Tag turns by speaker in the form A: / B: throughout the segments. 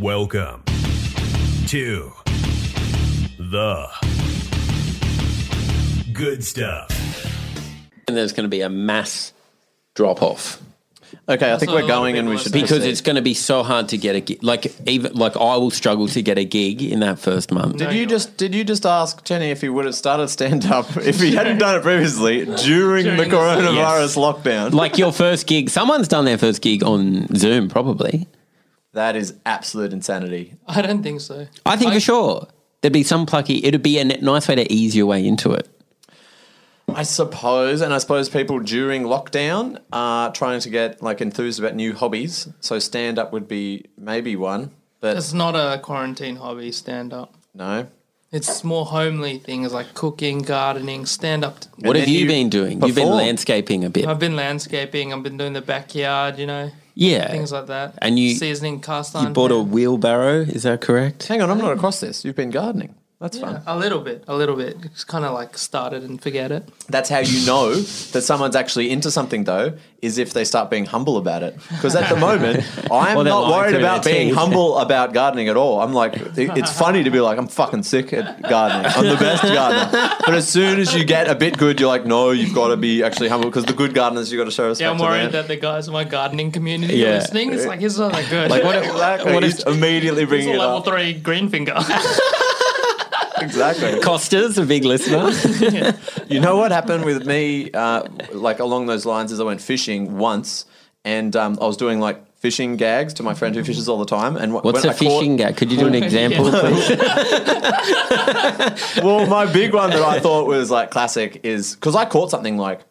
A: Welcome to the good stuff.
B: and there's going to be a mass drop off
C: Okay, I think
D: Also,
C: we're
D: a
C: going and
D: little bit
C: we
D: more
C: should
D: sense.
B: because
C: proceed.
B: it's going to be so hard to get a gig. Like even like I will struggle to get a gig in that first month.
C: Did you just did you just ask Jenny if he would have started stand up if he hadn't done it previously during, the
D: During the-
C: coronavirus
B: Yes.
C: lockdown?
B: like your first gig, someone's done their first gig on Zoom probably.
C: That is absolute insanity.
D: I don't think so.
B: I think for sure there'd be some plucky. It'd be a n- nice way to ease your way into it.
C: I suppose, and I suppose people during lockdown are trying to get like enthused about new hobbies. So stand up would be maybe one, but
D: It's not a quarantine hobby, stand up.
C: no.
D: It's more homely things like cooking, gardening, stand up.
B: What
C: And
B: have
C: then
B: you,
C: you
B: been doing? You've been
C: perform.
B: landscaping a bit.
D: I've been landscaping, I've been doing the backyard, you know,
B: yeah.
D: things like that.
B: And you-
D: seasoning cast
B: you
D: iron.
B: bought a
D: pan.
B: wheelbarrow, is that correct?
C: Hang on, I'm not across this. You've been gardening. That's
D: Yeah,
C: fun.
D: a little bit, a little bit. It's kind of like started and forget it.
C: That's how you know that someone's actually into something, though, is if they start being humble about it. Because at the moment, I'm
B: Well, they're
C: not
B: lying
C: worried
B: through
C: about
B: their
C: being
B: teeth.
C: humble about gardening at all. I'm like, it- it's funny to be like, I'm fucking sick at gardening. I'm the best gardener. But as soon as you get a bit good, you're like, no, you've got to be actually humble because the good gardeners, you've got to show respect
D: Yeah, I'm
C: to
D: worried
C: them.
D: that the guys in my gardening community
B: Yeah.
D: are listening. It's like, it's not that good.
C: Like, what, exactly.
B: what if-
C: He's immediately
D: it's
C: bringing
D: a
C: it
D: level
C: up.
D: three green finger.
C: Exactly.
B: Costa's a big listener.
C: You know what happened with me, uh, like along those lines, is I went fishing once, and um, I was doing like fishing gags to my friend who fishes all the time. And wh-
B: What's
C: when
B: a
C: I caught-
B: fishing gag? Could you do an example, please?
C: Well, my big one that I thought was like classic is because I caught something like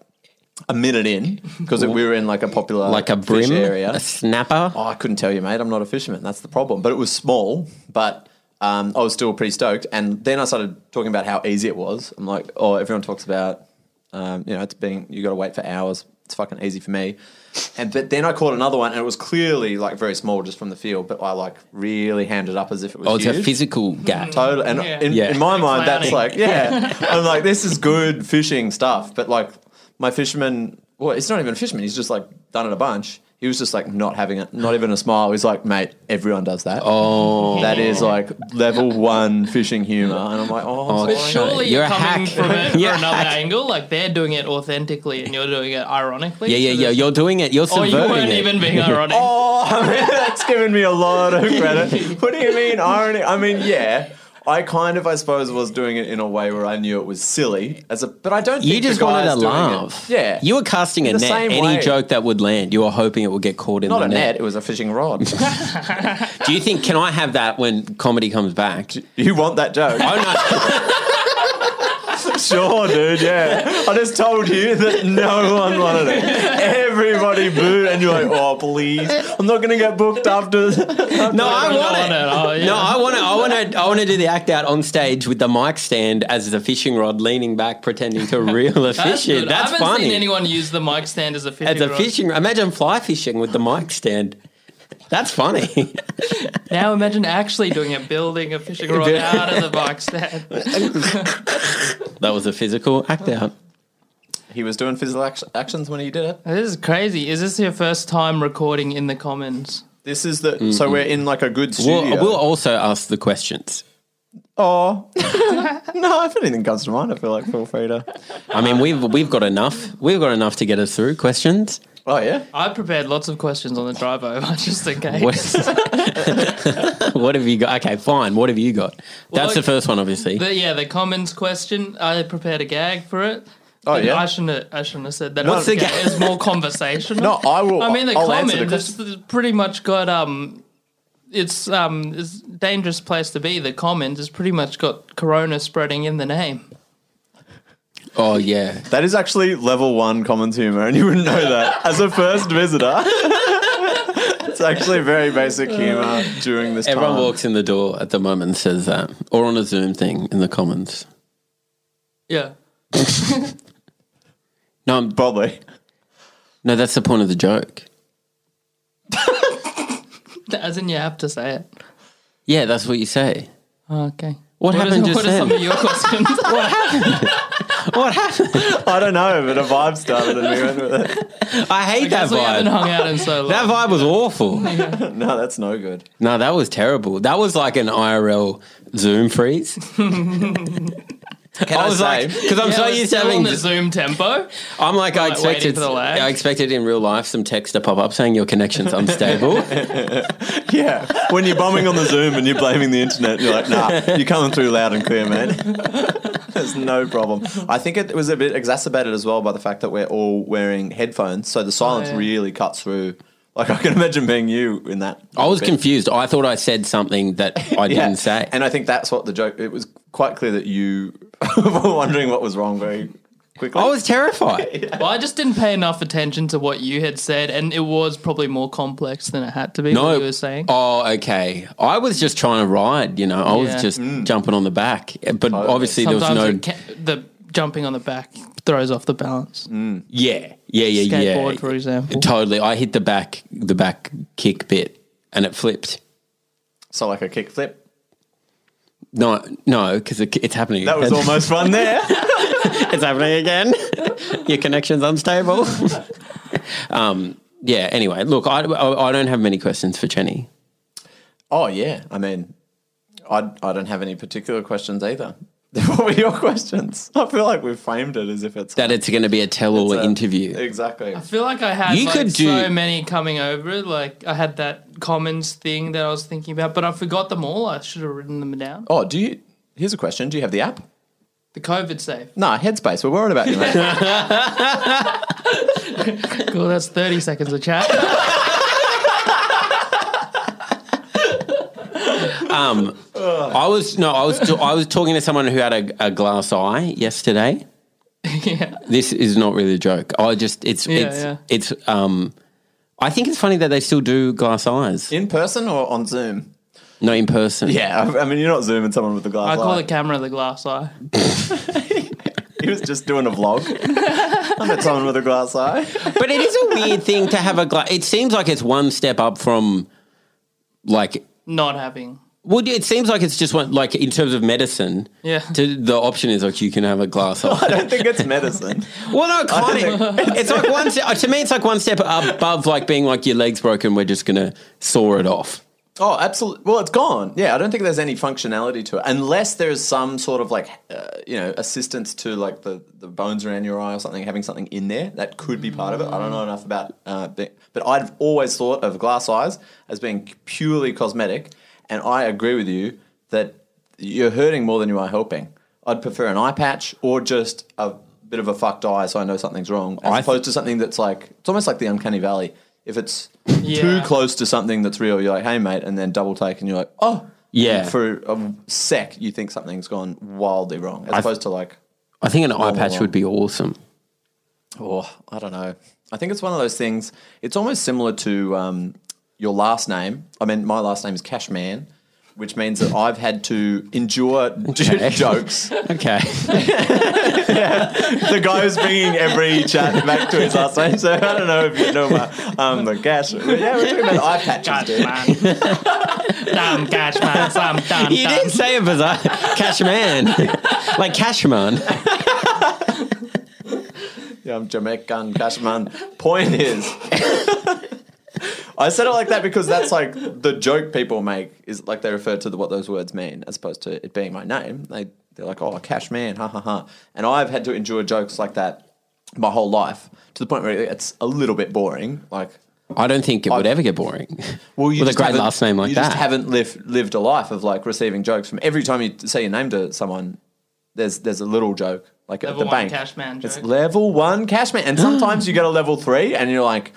C: a minute in because we were in like a popular
B: Like a
C: fish
B: brim,
C: area.
B: a snapper.
C: Oh, I couldn't tell you, mate. I'm not a fisherman. That's the problem. But it was small, but um, I was still pretty stoked. And then I started talking about how easy it was. I'm like, oh, everyone talks about, um, you know, it's being, you got to wait for hours. It's fucking easy for me. And but then I caught another one, and it was clearly like very small just from the field. But I like really handed up as if it was.
B: Oh, it's a
C: huge.
B: physical gag.
C: Total. And
D: Yeah.
C: In,
B: Yeah.
C: in my mind, that's
D: Clowning.
C: like, yeah. I'm like, this is good fishing stuff. But like, my fisherman, well, it's not even a fisherman. He's just like done it a bunch. He was just like not having it, not even a smile. He's like, mate, everyone does that. Oh, that is like level one fishing humor. And I'm like, oh, I'm
B: But
C: sorry.
D: Surely
B: You're
D: you're,
B: a hack.
D: coming from it
B: You're a
D: from another
B: hack.
D: angle. Like they're doing it authentically, and you're doing it ironically.
B: Yeah, yeah,
D: So
B: yeah.
D: there's-
B: You're doing it. You're
D: Or
B: subverting
D: Oh, you weren't
B: it.
D: even being ironic.
C: Oh, I mean, that's given me a lot of credit. What do you mean irony? I mean, yeah. I kind of, I suppose, was doing it in a way where I knew it was silly, as a, but I don't.
B: you
C: think the
B: just wanted
C: guys
B: a
C: doing it-
B: laugh.
C: Yeah,
B: You were casting a
C: In the
B: net.
C: same
B: Any
C: way.
B: joke that would land, you were hoping it would get caught in
C: Not
B: the
C: a net, it was a fishing rod.
B: Do you think, can I have that when comedy comes back?
C: you want that joke?
B: Oh,
C: sure, dude, yeah. I just told you that no one wanted it. Everybody booed, and you're like, oh, please. I'm not going to get booked after.
B: no. No, I
D: I
B: want it.
D: want it. Oh, yeah.
B: No, I want to. I want to. I want to do the act out on stage with the mic stand as the fishing rod, leaning back, pretending to reel a
D: That's
B: fish in.
D: good.
B: That's
D: I haven't
B: funny.
D: seen anyone use the mic stand as a fishing
B: as a
D: rod.
B: fishing, imagine fly fishing with the mic stand. That's funny.
D: Now imagine actually doing it, building a fishing rod out of the mic stand.
B: that was a physical act out.
C: He was doing physical act- actions when he did it.
D: This is crazy. Is this your first time recording in the Commons?
C: This is the. So we're in like a good
B: We'll,
C: studio.
B: we'll also ask the questions.
C: oh. no, if anything comes to mind, I feel like feel free to.
B: I mean, we've we've got enough. We've got enough to get us through questions.
C: Oh, yeah.
D: I prepared lots of questions on the drive over just in case.
B: What, what have you got? Okay, fine. What have you got? That's
D: Well,
B: the first one, obviously.
D: The- yeah, the Commons question. I prepared a gag for it.
C: Oh,
D: And
C: yeah?
D: I shouldn't. Have, I shouldn't have said that.
B: What's the
D: Okay,
B: gag?
D: It's more conversational.
C: No, I will.
D: I mean, the
C: I'll answer the
D: Commons
C: question.
D: has pretty much got um, it's um, it's a dangerous place to be. The Commons has pretty much got Corona spreading in the name.
B: oh yeah.
C: That is actually level one common humor, and you wouldn't know that as a first visitor. it's actually very basic humor during this
B: Everyone
C: time.
B: walks in the door at the moment and says that, or on a Zoom thing in the Commons.
D: Yeah.
B: No, I'm,
C: Probably.
B: no, that's the point of the joke.
D: As in, you have to say it.
B: Yeah, that's what you say.
D: Okay.
B: What
D: is-
B: happened just
D: what are some
B: then?
D: of your questions?
B: What happened? What happened?
C: I don't know, but a vibe started and we went with it.
B: I hate that
D: Because we haven't
B: vibe.
D: hung out in so long.
B: That vibe was awful.
C: No, that's no good.
B: No, that was terrible. That was like an IRL Zoom freeze.
C: Can
B: I was like, because I'm
D: Yeah,
B: so
D: we're
B: used to
D: still
B: having.
D: on the Zoom tempo.
B: I'm like, I
D: like, waiting
B: expected.
D: for the lag.
B: I expected in real life some text to pop up saying your connection's unstable.
C: yeah, when you're bombing on the Zoom and you're blaming the internet, you're like, nah, you're coming through loud and clear, man. There's no problem. I think it was a bit exacerbated as well by the fact that we're all wearing headphones, so the silence
B: Oh,
D: yeah.
C: really cuts through. Like I can imagine being you in that.
B: I was
C: bit.
B: confused. I thought I said something that I
C: Yeah.
B: didn't say.
C: and I think that's what the joke. It was quite clear that you were wondering what was wrong very quickly.
B: I was terrified.
D: Well, I just didn't pay enough attention to what you had said, and it was probably more complex than it had to be. what you were saying.
B: Oh, okay. I was just trying to ride. You know, I
D: Yeah. Mm.
B: was just jumping on the back, but obviously there
D: Sometimes
B: was no.
D: it ca- the jumping on the back throws off the balance.
B: yeah, yeah, yeah, yeah.
D: Skateboard, for example.
B: Totally. I hit the back, the back kick bit, and it flipped.
C: so like a kick flip.
B: No, no, because it, it's happening.
C: That was
B: again.
C: almost fun there.
B: it's happening again. Your connection's unstable. um, yeah. Anyway, look, I, I, I don't have many questions for Chenny.
C: Oh yeah, I mean, I I don't have any particular questions either. what were your questions? I feel like we've framed it as if it's
B: That it's going to be a tell-all
C: a-
B: interview.
C: Exactly.
D: I feel like I had
B: You
D: like,
B: could
D: so
B: do-
D: many coming over. Like I had that commons thing that I was thinking about, but I forgot them all. I should have written them down.
C: Oh, do you? Here's a question. Do you have the app?
D: The COVID safe.
C: No, Headspace. We're worried about you, mate.
D: Cool. That's thirty seconds of chat.
B: I was no, I was I was talking to someone who had a, a glass eye yesterday.
D: yeah.
B: This is not really a joke. I just it's
D: Yeah,
B: it's
D: yeah.
B: it's um. I think it's funny that they still do glass eyes,
C: in person or on Zoom?
B: not in person.
C: Yeah, I, I mean, you're not zooming someone with a glass.
D: I call
C: eye.
D: the camera the glass eye.
C: He was just doing a vlog. I met someone with a glass eye.
B: but it is a weird thing to have a glass. It seems like it's one step up from, like,
D: Not having.
B: well, it seems like it's just one like in terms of medicine.
D: Yeah.
B: To, the option is like you can have a glass eye.
C: I don't think it's medicine.
B: Well, no, kind of. It's like one. Step, to me, it's like one step above like being like your legs broken. We're just gonna saw it off.
C: Oh, absolutely. Well, it's gone. Yeah, I don't think there's any functionality to it, unless there is some sort of like, uh, you know, assistance to like the, the bones around your eye or something, having something in there that could be part of it. I don't know enough about, uh, be- but I've always thought of glass eyes as being purely cosmetic, and I agree with you that you're hurting more than you are helping. I'd prefer an eye patch or just a bit of a fucked eye, so I know something's wrong, as
B: I
C: opposed to something that's like it's almost like the uncanny valley. If it's too
D: Yeah.
C: close to something that's real, you're like, "Hey, mate," and then double take, and you're like, "Oh,
B: Yeah.
C: And for a sec, you think something's gone wildly wrong, as opposed to like,
B: I think an eye patch
C: wow.
B: would be awesome.
C: "Oh, I don't know." I think it's one of those things. It's almost similar to um, your last name. I mean, my last name is Cashman, which means that I've had to endure
B: Okay.
C: jokes.
B: Okay.
C: the guy who's bringing every chat back to his last name. So I don't know if you know my um the gash. But yeah, we're talking about eye patches, dude.
D: man. Damn cash man. Some damn.
B: you didn't say it bizarre. Cashman. like Cashman.
C: Yeah, I'm Jamaican Cashman. Point is, I said it like that because that's like the joke people make is like they refer to the, what those words mean as opposed to it being my name. They they're like, oh, Cashman, ha ha ha. And I've had to endure jokes like that my whole life to the point where it's a little bit boring. Like,
B: I don't think it would ever get boring.
C: well, you
B: With a
C: just
B: great
C: haven't-
B: last name like
C: you
B: that.
C: just haven't lived lived a life of like receiving jokes from every time you say your name to someone. There's there's a little joke like
D: Level
C: at the
D: one
C: bank.
D: cash man
C: It's
D: joke.
C: level one cashman, and sometimes you get a level three, and you're like,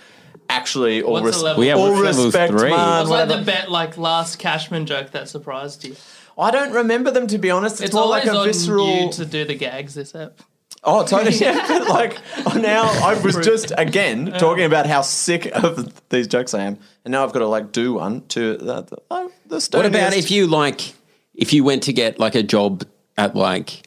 C: actually, all,
D: What's a
C: res-
D: level- Well, yeah,
C: all
B: what's level
C: respect,
B: three?
C: man.
D: It's like the
C: whatever.
D: bet, like last Cashman joke that surprised you.
C: I don't remember them to be honest. It's,
D: It's
C: more
D: always
C: like a
D: on you
C: visceral.
D: to do the gags this app.
C: Oh, totally. Yeah, but like oh, now I was just again talking about how sick of these jokes I am, and now I've got to like do one to the the, oh, the
B: what about if you like if you went to get like a job at like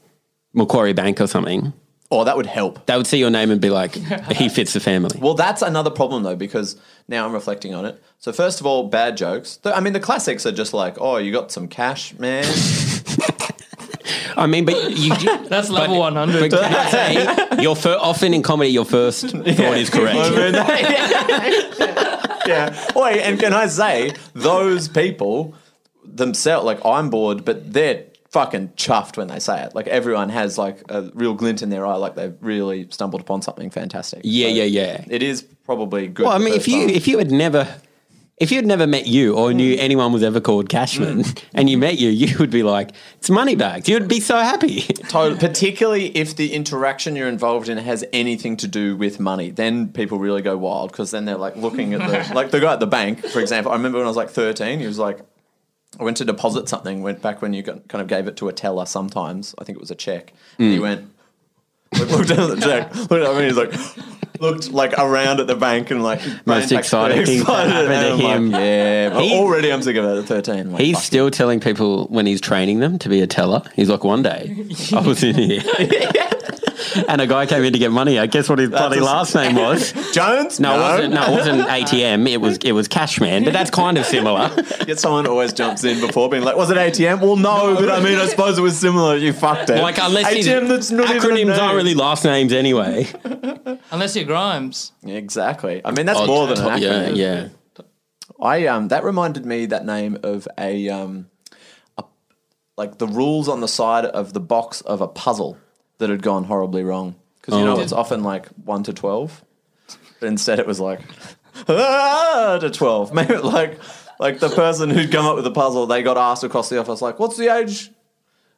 B: Macquarie Bank or something?
C: Oh, that would help.
B: They would see your name and be like, he fits the family.
C: Well, that's another problem though, because now I'm reflecting on it. So first of all, bad jokes. The- I mean, the classics are just like, "Oh, you got some cash, man."
B: I mean, but you.
D: That's level
B: but-
D: 100.
B: But can I say, your fir- often in comedy, your first thought is correct.
C: yeah. Wait, and can I say those people themselves? Like I'm bored, but they're fucking chuffed when they say it. Like everyone has like a real glint in their eye, like they've really stumbled upon something fantastic.
B: Yeah,
C: So
B: yeah, yeah.
C: It is probably good.
B: Well, I
C: the
B: mean, if
C: first
B: you
C: time.
B: if you had never. If you had never met you or knew anyone was ever called Cashman and you met you, you would be like, it's Moneybags. You'd be so happy.
C: Totally. Particularly if the interaction you're involved in has anything to do with money, then people really go wild because then they're like looking at the like the guy at the bank, for example. I remember when I was like 13, he was like, I went to deposit something. Went back when you got, kind of gave it to a teller. Sometimes I think it was a check, and
B: Mm.
C: he went like, looked down at the check, looked at me, he's like looked like around at the bank and like ran back to
B: exciting
C: the
B: thing that
C: excited,
B: happened to
C: and I'm
B: him.
C: Like, yeah, but
B: He-
C: already I'm thinking about it at 13. Like,
B: He's
C: fuck.
B: still telling people when he's training them to be a teller. He's like, one day I was in here. And a guy came in to get money. I guess what his bloody
C: a-
B: last name was.
C: Jones.
B: No, it wasn't. No, it wasn't ATM. It was it was Cashman. But that's kind of similar.
C: Yet someone always jumps in before being like, "Was it ATM?" Well, no, but I mean, I suppose it was similar. You fucked it.
B: Like unless his
C: ATM, that's not
B: acronyms
C: even a name.
B: aren't really last names anyway.
D: Unless you're Grimes.
C: Exactly. I mean, that's more than an
B: Oh, yeah,
C: acronym.
B: yeah.
C: I um that reminded me that name of a um a, like the rules on the side of the box of a puzzle that had gone horribly wrong because
B: Oh.
C: you know it's often like one to twelve, but instead it was like ah, to twelve. Maybe like like the person who'd come up with the puzzle, they got asked across the office like, "What's the age?"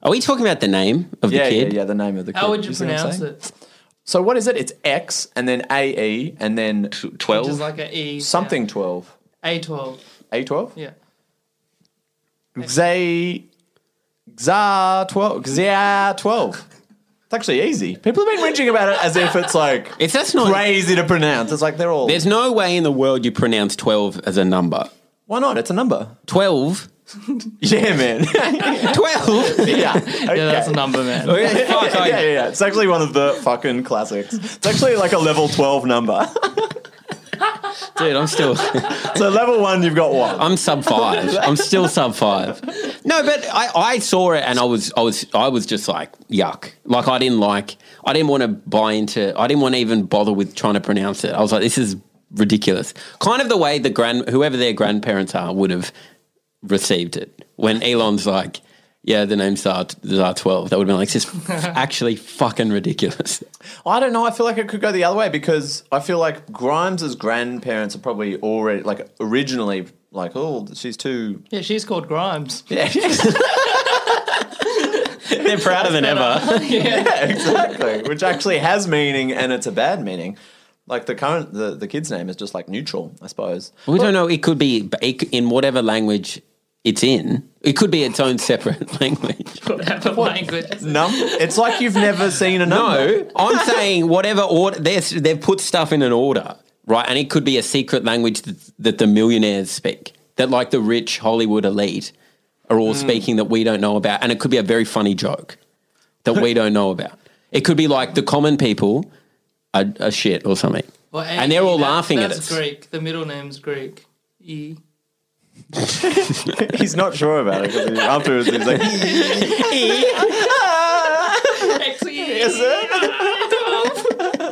B: Are we talking about the name of the
C: Yeah, yeah,
B: kid?
C: yeah. The name of the kid.
D: How would you
C: see what I'm
D: pronounce
C: saying?
D: it?
C: So what is it? It's X and then A E and then
D: Which is
E: 12.
D: like an E.
C: something twelve.
D: A twelve.
C: A twelve.
D: Yeah.
C: Xay Xa twelve. Xia twelve. It's actually easy. People have been whinging about it as if it's like
B: It's that's not.
C: crazy to pronounce. It's like they're all.
B: There's no way in the world you pronounce twelve as a number.
C: Why not? It's a number.
B: Twelve.
C: Yeah, man. yeah.
B: Twelve.
C: Okay.
D: Yeah, that's a number, man.
B: Fuck,
C: yeah,
B: I-
C: yeah, yeah. It's actually one of the fucking classics. It's actually like a level 12 number.
B: Dude, I'm still.
C: so, level one, you've got one.
B: I'm sub five. I'm still sub five. No, but I, I saw it and I was I was I was just like yuck. Like I didn't like I didn't want to buy into. I didn't want to even bother with trying to pronounce it. I was like, this is ridiculous. Kind of the way the grand whoever their grandparents are would have received it when Elon's like. Yeah, the name's Zar, Zar 12. That would have been like, this is actually fucking ridiculous.
C: I don't know. I feel like it could go the other way because I feel like Grimes' grandparents are probably already like originally like, oh, she's too.
D: Yeah, she's called Grimes.
C: Yeah,
B: They're prouder than ever.
C: exactly. Which actually has meaning and it's a bad meaning. Like the current the, the kid's name is just like neutral, I suppose.
B: We don't know. It could be but it c- in whatever language it's in, it could be its own separate language.
D: Whatever language.
C: Num. It's like you've never seen a number.
B: No, I'm saying whatever order they're, they've put stuff in an order, right? And it could be a secret language that, that the millionaires speak, that like the rich Hollywood elite are
C: Hmm.
B: all speaking that we don't know about, and it could be a very funny joke that we don't know about. It could be like the common people are, are shit or something,
D: Well,
B: and, they're all
D: that-
B: laughing at
D: That's
B: us.
D: Greek. The middle name's Greek. E.
C: He's not sure about it. 'cause he- Afterwards, he's like,
D: X-E.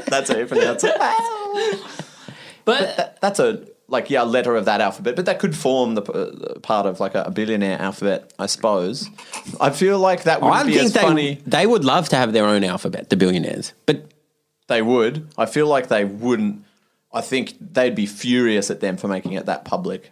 C: that's how you pronounce it.
D: But
C: That, that's a like yeah a letter of that alphabet, but that could form the p- uh, part of like a billionaire alphabet, I suppose. I feel like that would
B: I
C: be
B: think
C: as
B: they
C: funny.
B: they would love to have their own alphabet, the billionaires, but
C: They would. I feel like they wouldn't. I think they'd be furious at them for making it that public.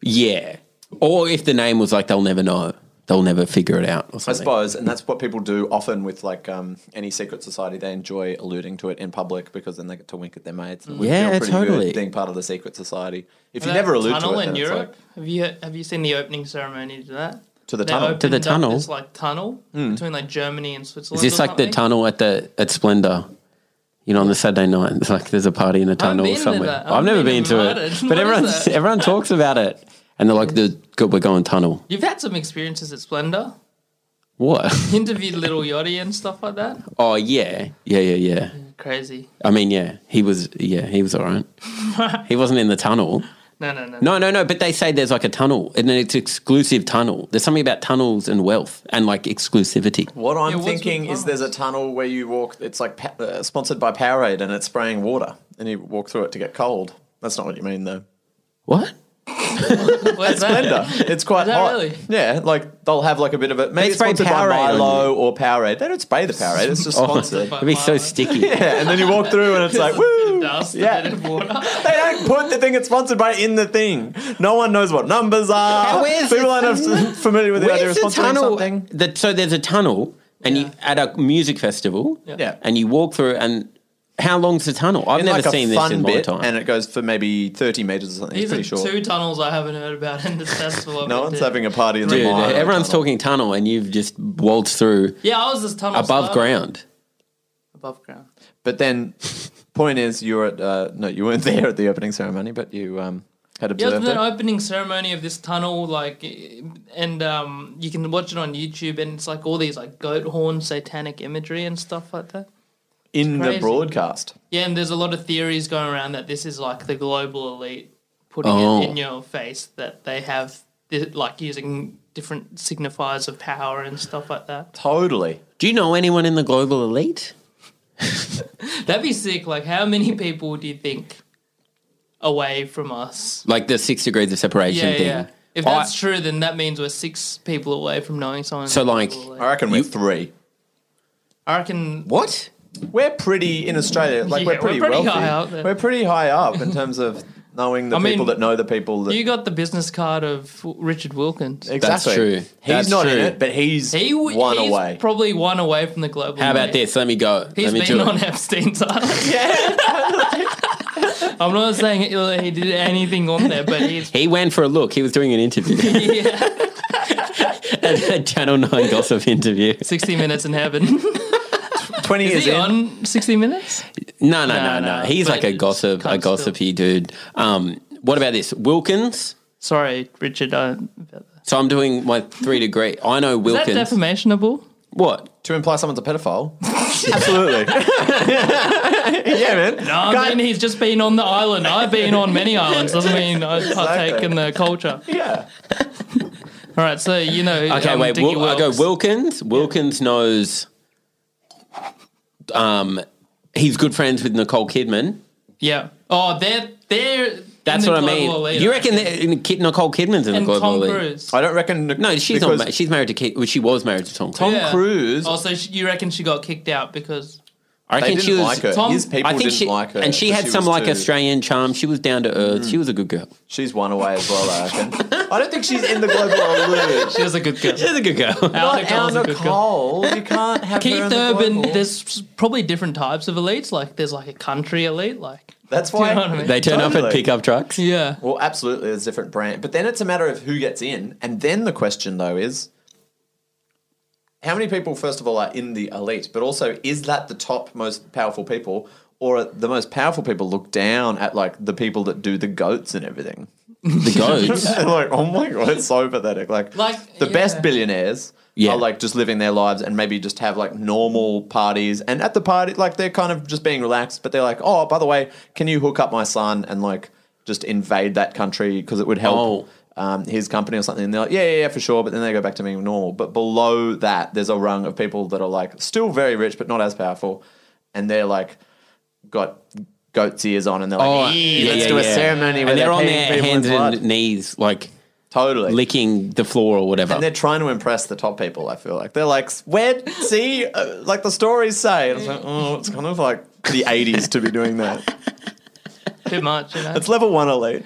B: yeah, or if the name was like they'll never know, they'll never figure it out. Or
C: I
B: something.
C: suppose, and that's what people do often with like um, any secret society. They enjoy alluding to it in public because then they get to wink at their mates. And it would
B: Yeah,
C: feel pretty
B: totally.
C: good being part of the secret society. If you never allude to
D: tunnel
C: it,
D: in
C: then it's
D: Europe.
C: like-
D: Have you have you seen the opening ceremony to that?
C: To the
D: They
C: tunnel. To
B: the
D: opened up
B: tunnel?
D: This like tunnel between like Germany and
B: Is
D: Switzerland.
B: this
D: or
B: like the
D: something?
B: tunnel at the at Splendor? You know, on the Saturday night, it's like there's a party in a tunnel
D: been to
B: somewhere.
D: that.
B: I've,
D: I've
B: never been,
D: been
B: to
D: invited.
B: it,
D: What
B: but
D: is
B: everyone
D: that?
B: everyone talks about it, and they're like, "The good, we're going tunnel."
D: You've had some experiences at Splendor.
B: What?
D: Interviewed Little Yachty and stuff like that.
B: oh yeah, yeah, yeah, yeah.
D: Crazy.
B: I mean, yeah, he was, yeah, he was all right. he wasn't in the tunnel.
D: No, no, no.
B: No, no, no. But they say there's like a tunnel, and then it's exclusive tunnel. There's something about tunnels and wealth and like exclusivity.
C: What I'm
D: Yeah, what's with
C: thinking is there's a tunnel where you walk. It's like pa- uh, sponsored by Powerade, and it's spraying water, and you walk through it to get cold. That's not what you mean, though.
B: What?
D: Where's that?
C: Splendor. It's quite
D: that
C: hot.
D: really?
C: Yeah, like they'll have like a bit of it. Maybe
B: They
C: it's
B: spray
C: sponsored
B: Powerade
C: by
B: on Oh.
C: Milo or Powerade. They don't spray the Powerade. It's just sponsored.
B: It'd be so sticky.
C: yeah, and then you walk through, and it's like woo.
D: Dust
C: Yeah.
D: and a bit of water.
C: They don't put the thing it's sponsored by in the thing. No one knows what numbers
B: Now,
C: are.
B: where's
C: People
B: the
C: aren't f- familiar with the idea of
B: Where's the
C: sponsoring
B: tunnel?
C: something.
B: that- so there's a tunnel, and you at a music festival,
C: Yeah.
B: and you walk through, and how long's the tunnel? I've
C: In,
B: never
C: like, a
B: seen this
C: fun
B: in my
C: bit,
B: time.
C: and it goes for maybe thirty meters or something.
D: These are
C: pretty short.
D: two tunnels I haven't heard about in this festival. I've
C: No
D: been
C: one's
D: to.
C: having a party in
B: Dude,
C: the mine.
B: everyone's talking tunnel, and you've just waltzed through
D: Yeah, I was this tunnel
B: above
D: star.
B: ground.
D: Above ground.
C: But then, point is, you were at uh, no, you weren't there at the opening ceremony, but you um, had
D: Yeah,
C: observed
D: there's an
C: it.
D: opening ceremony of this tunnel, like, and um, you can watch it on YouTube, and it's like all these like goat horn satanic imagery and stuff like that.
C: in the
D: crazy.
C: broadcast.
D: Yeah, and there's a lot of theories going around that this is like the global elite putting
B: Oh.
D: it in your face that they have thi- like using different signifiers of power and stuff like that.
C: Totally.
B: Do you know anyone in the global elite?
D: That'd be sick. Like, how many people do you think away from us?
B: Like the six degrees of separation
D: Yeah,
B: thing.
D: yeah. If
B: I-
D: that's true, then that means we're six people away from knowing someone.
B: So, like-
C: I reckon we're three.
D: I reckon
B: what?
C: We're pretty in Australia. Like
D: Yeah,
C: we're pretty,
D: we're pretty
C: wealthy.
D: high up there.
C: We're pretty high up in terms of knowing the
D: I mean,
C: people that know the people. That,
D: you got the business card of Richard Wilkins.
C: exactly.
B: true.
C: He's
B: That's
C: not in
B: true.
C: it, but he's
D: He w-
C: one
D: he's
C: away.
D: probably one away from the global.
B: How about
D: elite.
B: this? Let me go.
D: He's
B: Let me
D: been
B: do it.
D: on Epstein's island. I'm not saying it- he did anything on there, but he's
B: He went for a look. He was doing an interview,
D: yeah.
B: a Channel Nine gossip interview.
D: 60 Minutes in Heaven.
C: Twenty
D: Is
C: years
D: he
C: in.
D: on 60 Minutes?
B: No, no,
D: No,
B: no, no.
D: no,
B: He's
D: but
B: like a
D: it's
B: gossip, a
D: kind of
B: gossipy dude. Um, what about this Wilkins?
D: Sorry, Richard. I, is
B: So I'm doing my three degree. I know
D: that
B: Wilkins.
D: defamationable?
B: what?
C: to imply someone's a pedophile. Absolutely. yeah, man.
D: No, I
C: God-
D: mean, he's just been on the island. I've been on many islands. Doesn't mean I partake in the culture.
C: Yeah.
D: All right, so, you know.
B: Okay,
D: um,
B: wait.
D: Dickie
B: Wil- I go
D: Wilkes.
B: Wilkins. Wilkins knows. Um, he's good friends with Nicole Kidman.
D: Yeah. Oh, they're. they're
B: That's
D: in the
B: what I
D: global
B: mean.
D: elite.
B: You reckon that in- Kid- Nicole Kidman's in
D: And
B: the global
D: Tom
B: elite?
D: Cruise.
C: I don't reckon.
B: No, she's not.
C: because
B: Ma- she's married to Kid. Well, she was married to Tom. Cruise.
C: Tom Cruise.
D: Also, sh- you reckon Oh, she got kicked out because
B: I
C: They
B: reckon
C: didn't
B: she was.
C: like her.
D: Tom-
C: His people
B: I think
C: didn't
B: she
C: like her,
B: and she
C: but
B: had some
C: was Mm.
B: like
C: too-
B: Australian charm. She was down to earth. She was a good girl.
C: She's one away as well. I reckon. I don't think she's in the global elite.
D: she was a good girl.
B: She was a good girl.
C: Not
D: Al Nicole's
C: Al
D: a good girl.
C: Nicole. You can't have her in
D: Keith
C: the
D: Urban,
C: global.
D: there's s- probably different types of elites. Like there's like a country elite, like
C: That's
D: Do you
C: why.
D: know what I mean?
B: They turn up at
C: Totally.
B: pickup trucks.
D: yeah.
C: Well, absolutely, there's different brand, but then it's a matter of who gets in, and then the question though is, how many people first of all are in the elite, but also is that the top most powerful people, or are the most powerful people look down at like the people that do the goats and everything?
B: The goats.
C: They're like, oh my god, it's so pathetic. Like,
D: Like,
C: the
D: yeah.
C: best billionaires
B: Yeah.
C: are like just living their lives and maybe just have like normal parties. And at the party, like they're kind of just being relaxed, but they're like, oh, by the way, can you hook up my son and like just invade that country because it would help.
B: Oh.
C: Um, his company or something, and they're like, yeah, yeah, yeah, for sure. But then they go back to being normal. But below that, there's a rung of people that are like still very rich, but not as powerful, and they're like got goat's ears on, and they're like,
B: Oh,
C: "Eee,
B: yeah,
C: let's
B: yeah,
C: do a
B: yeah.
C: ceremony. where
B: and they're on
C: paying
B: their
C: people in
B: hands
C: blood."
B: and knees, like
C: Totally.
B: licking the floor or whatever.
C: and they're trying to impress the top people, I feel like. They're like, where, see, uh, like the stories say. And it's like, oh, it's kind of like the 80s to be doing that.
D: too much. You know?
C: It's level one elite.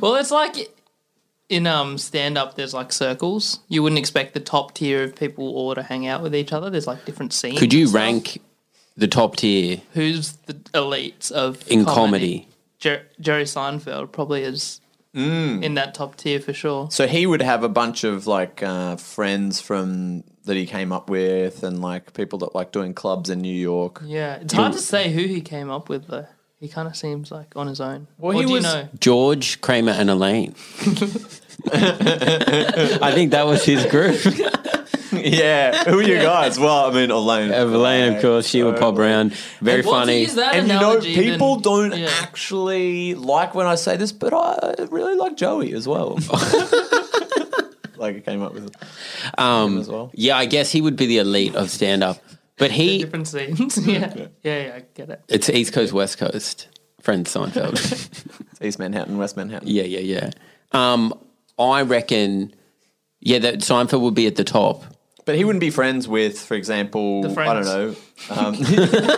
D: well, it's like in um stand up. There's like circles. You wouldn't expect the top tier of people all to hang out with each other. There's like different scenes.
B: Could you
D: and stuff.
B: rank the top tier
D: who's the elites of
B: in comedy?
D: Jer- Jerry Seinfeld probably is in that top tier for sure.
C: So he would have a bunch of like uh, friends from that he came up with and like people that like doing clubs in New York.
D: Yeah, it's hard to say who he came up with though. He kind of seems like on his own. Well,
C: he
D: do
C: was-
D: You know?
B: George, Kramer, and Elaine. I think that was his group.
C: yeah. Who are you guys? Well, I mean, Elaine.
B: Elaine, of course, she would pop around. Very
D: Well, to
B: funny.
D: use that
C: And you know,
D: analogy, then-
C: people don't
D: yeah.
C: actually like when I say this, but I really like Joey as well. like I came up with um, as well.
B: Yeah, I guess he would be the elite of stand up. But he,
D: different scenes. yeah. yeah, yeah, I get it.
B: it's East Coast, West Coast. Friend Seinfeld.
C: It's East Manhattan, West Manhattan.
B: yeah, yeah, yeah. Um, I reckon, yeah, that Seinfeld would be at the top.
C: But he wouldn't be friends with, for example,
D: The
C: I don't
D: Friends.
C: know. Um,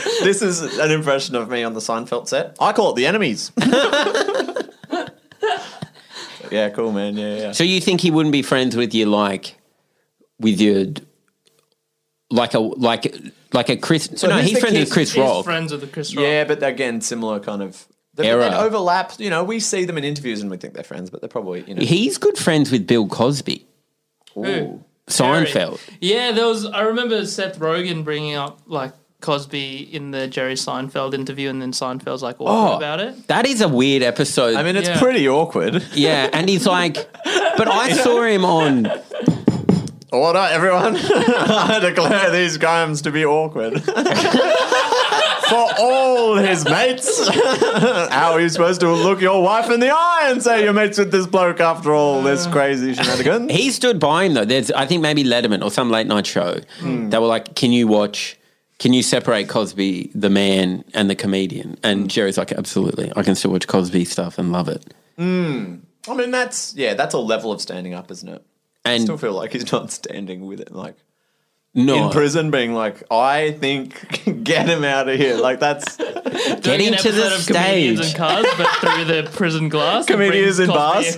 C: um, this is an impression of me on the Seinfeld set. I call it the enemies. yeah, cool, man. Yeah, yeah.
B: So you think he wouldn't be friends with you, like with your, like a like like a Chris? no,
C: who's
B: he's
C: the
B: friends
C: kid-
B: with Chris
D: He's
B: Rock.
D: friends with the Chris Rock.
C: Yeah, but again, similar kind of. They,
B: Era.
C: they overlap. You know, we see them in interviews and we think they're friends, but they're probably, you know.
B: He's good friends with Bill Cosby.
C: ooh.
B: Seinfeld.
D: Yeah, there was. I remember Seth Rogen bringing up like Cosby in the Jerry Seinfeld interview, and then Seinfeld's like, awkward
B: Oh.
D: about it?"
B: That is a weird episode.
C: I mean, it's
D: Yeah.
C: pretty awkward.
B: yeah, and he's like, but I saw him on.
C: What up, everyone? I declare these games to be awkward. For all his mates. How are you supposed to look your wife in the eye and say you're mates with this bloke after all this crazy shenanigans?
B: He stood by him though. There's, I think maybe Letterman or some late night show.
C: Hmm.
B: They were like, "Can you watch? Can you separate Cosby, the man, and the comedian?" And Jerry's like, "Absolutely, I can still watch Cosby stuff and love it."
C: I mean, that's, yeah, that's a level of standing up, isn't it? I
B: And
C: still feel like he's not standing with it. Like,
B: no,
C: in prison being like, I think, get him out of here. Like that's
D: Doing
B: Getting
D: an
B: to the
D: episode of Comedians
B: stage.
D: in cars, but through the prison glass. and
C: Comedians
D: brings
C: in
D: Cosby a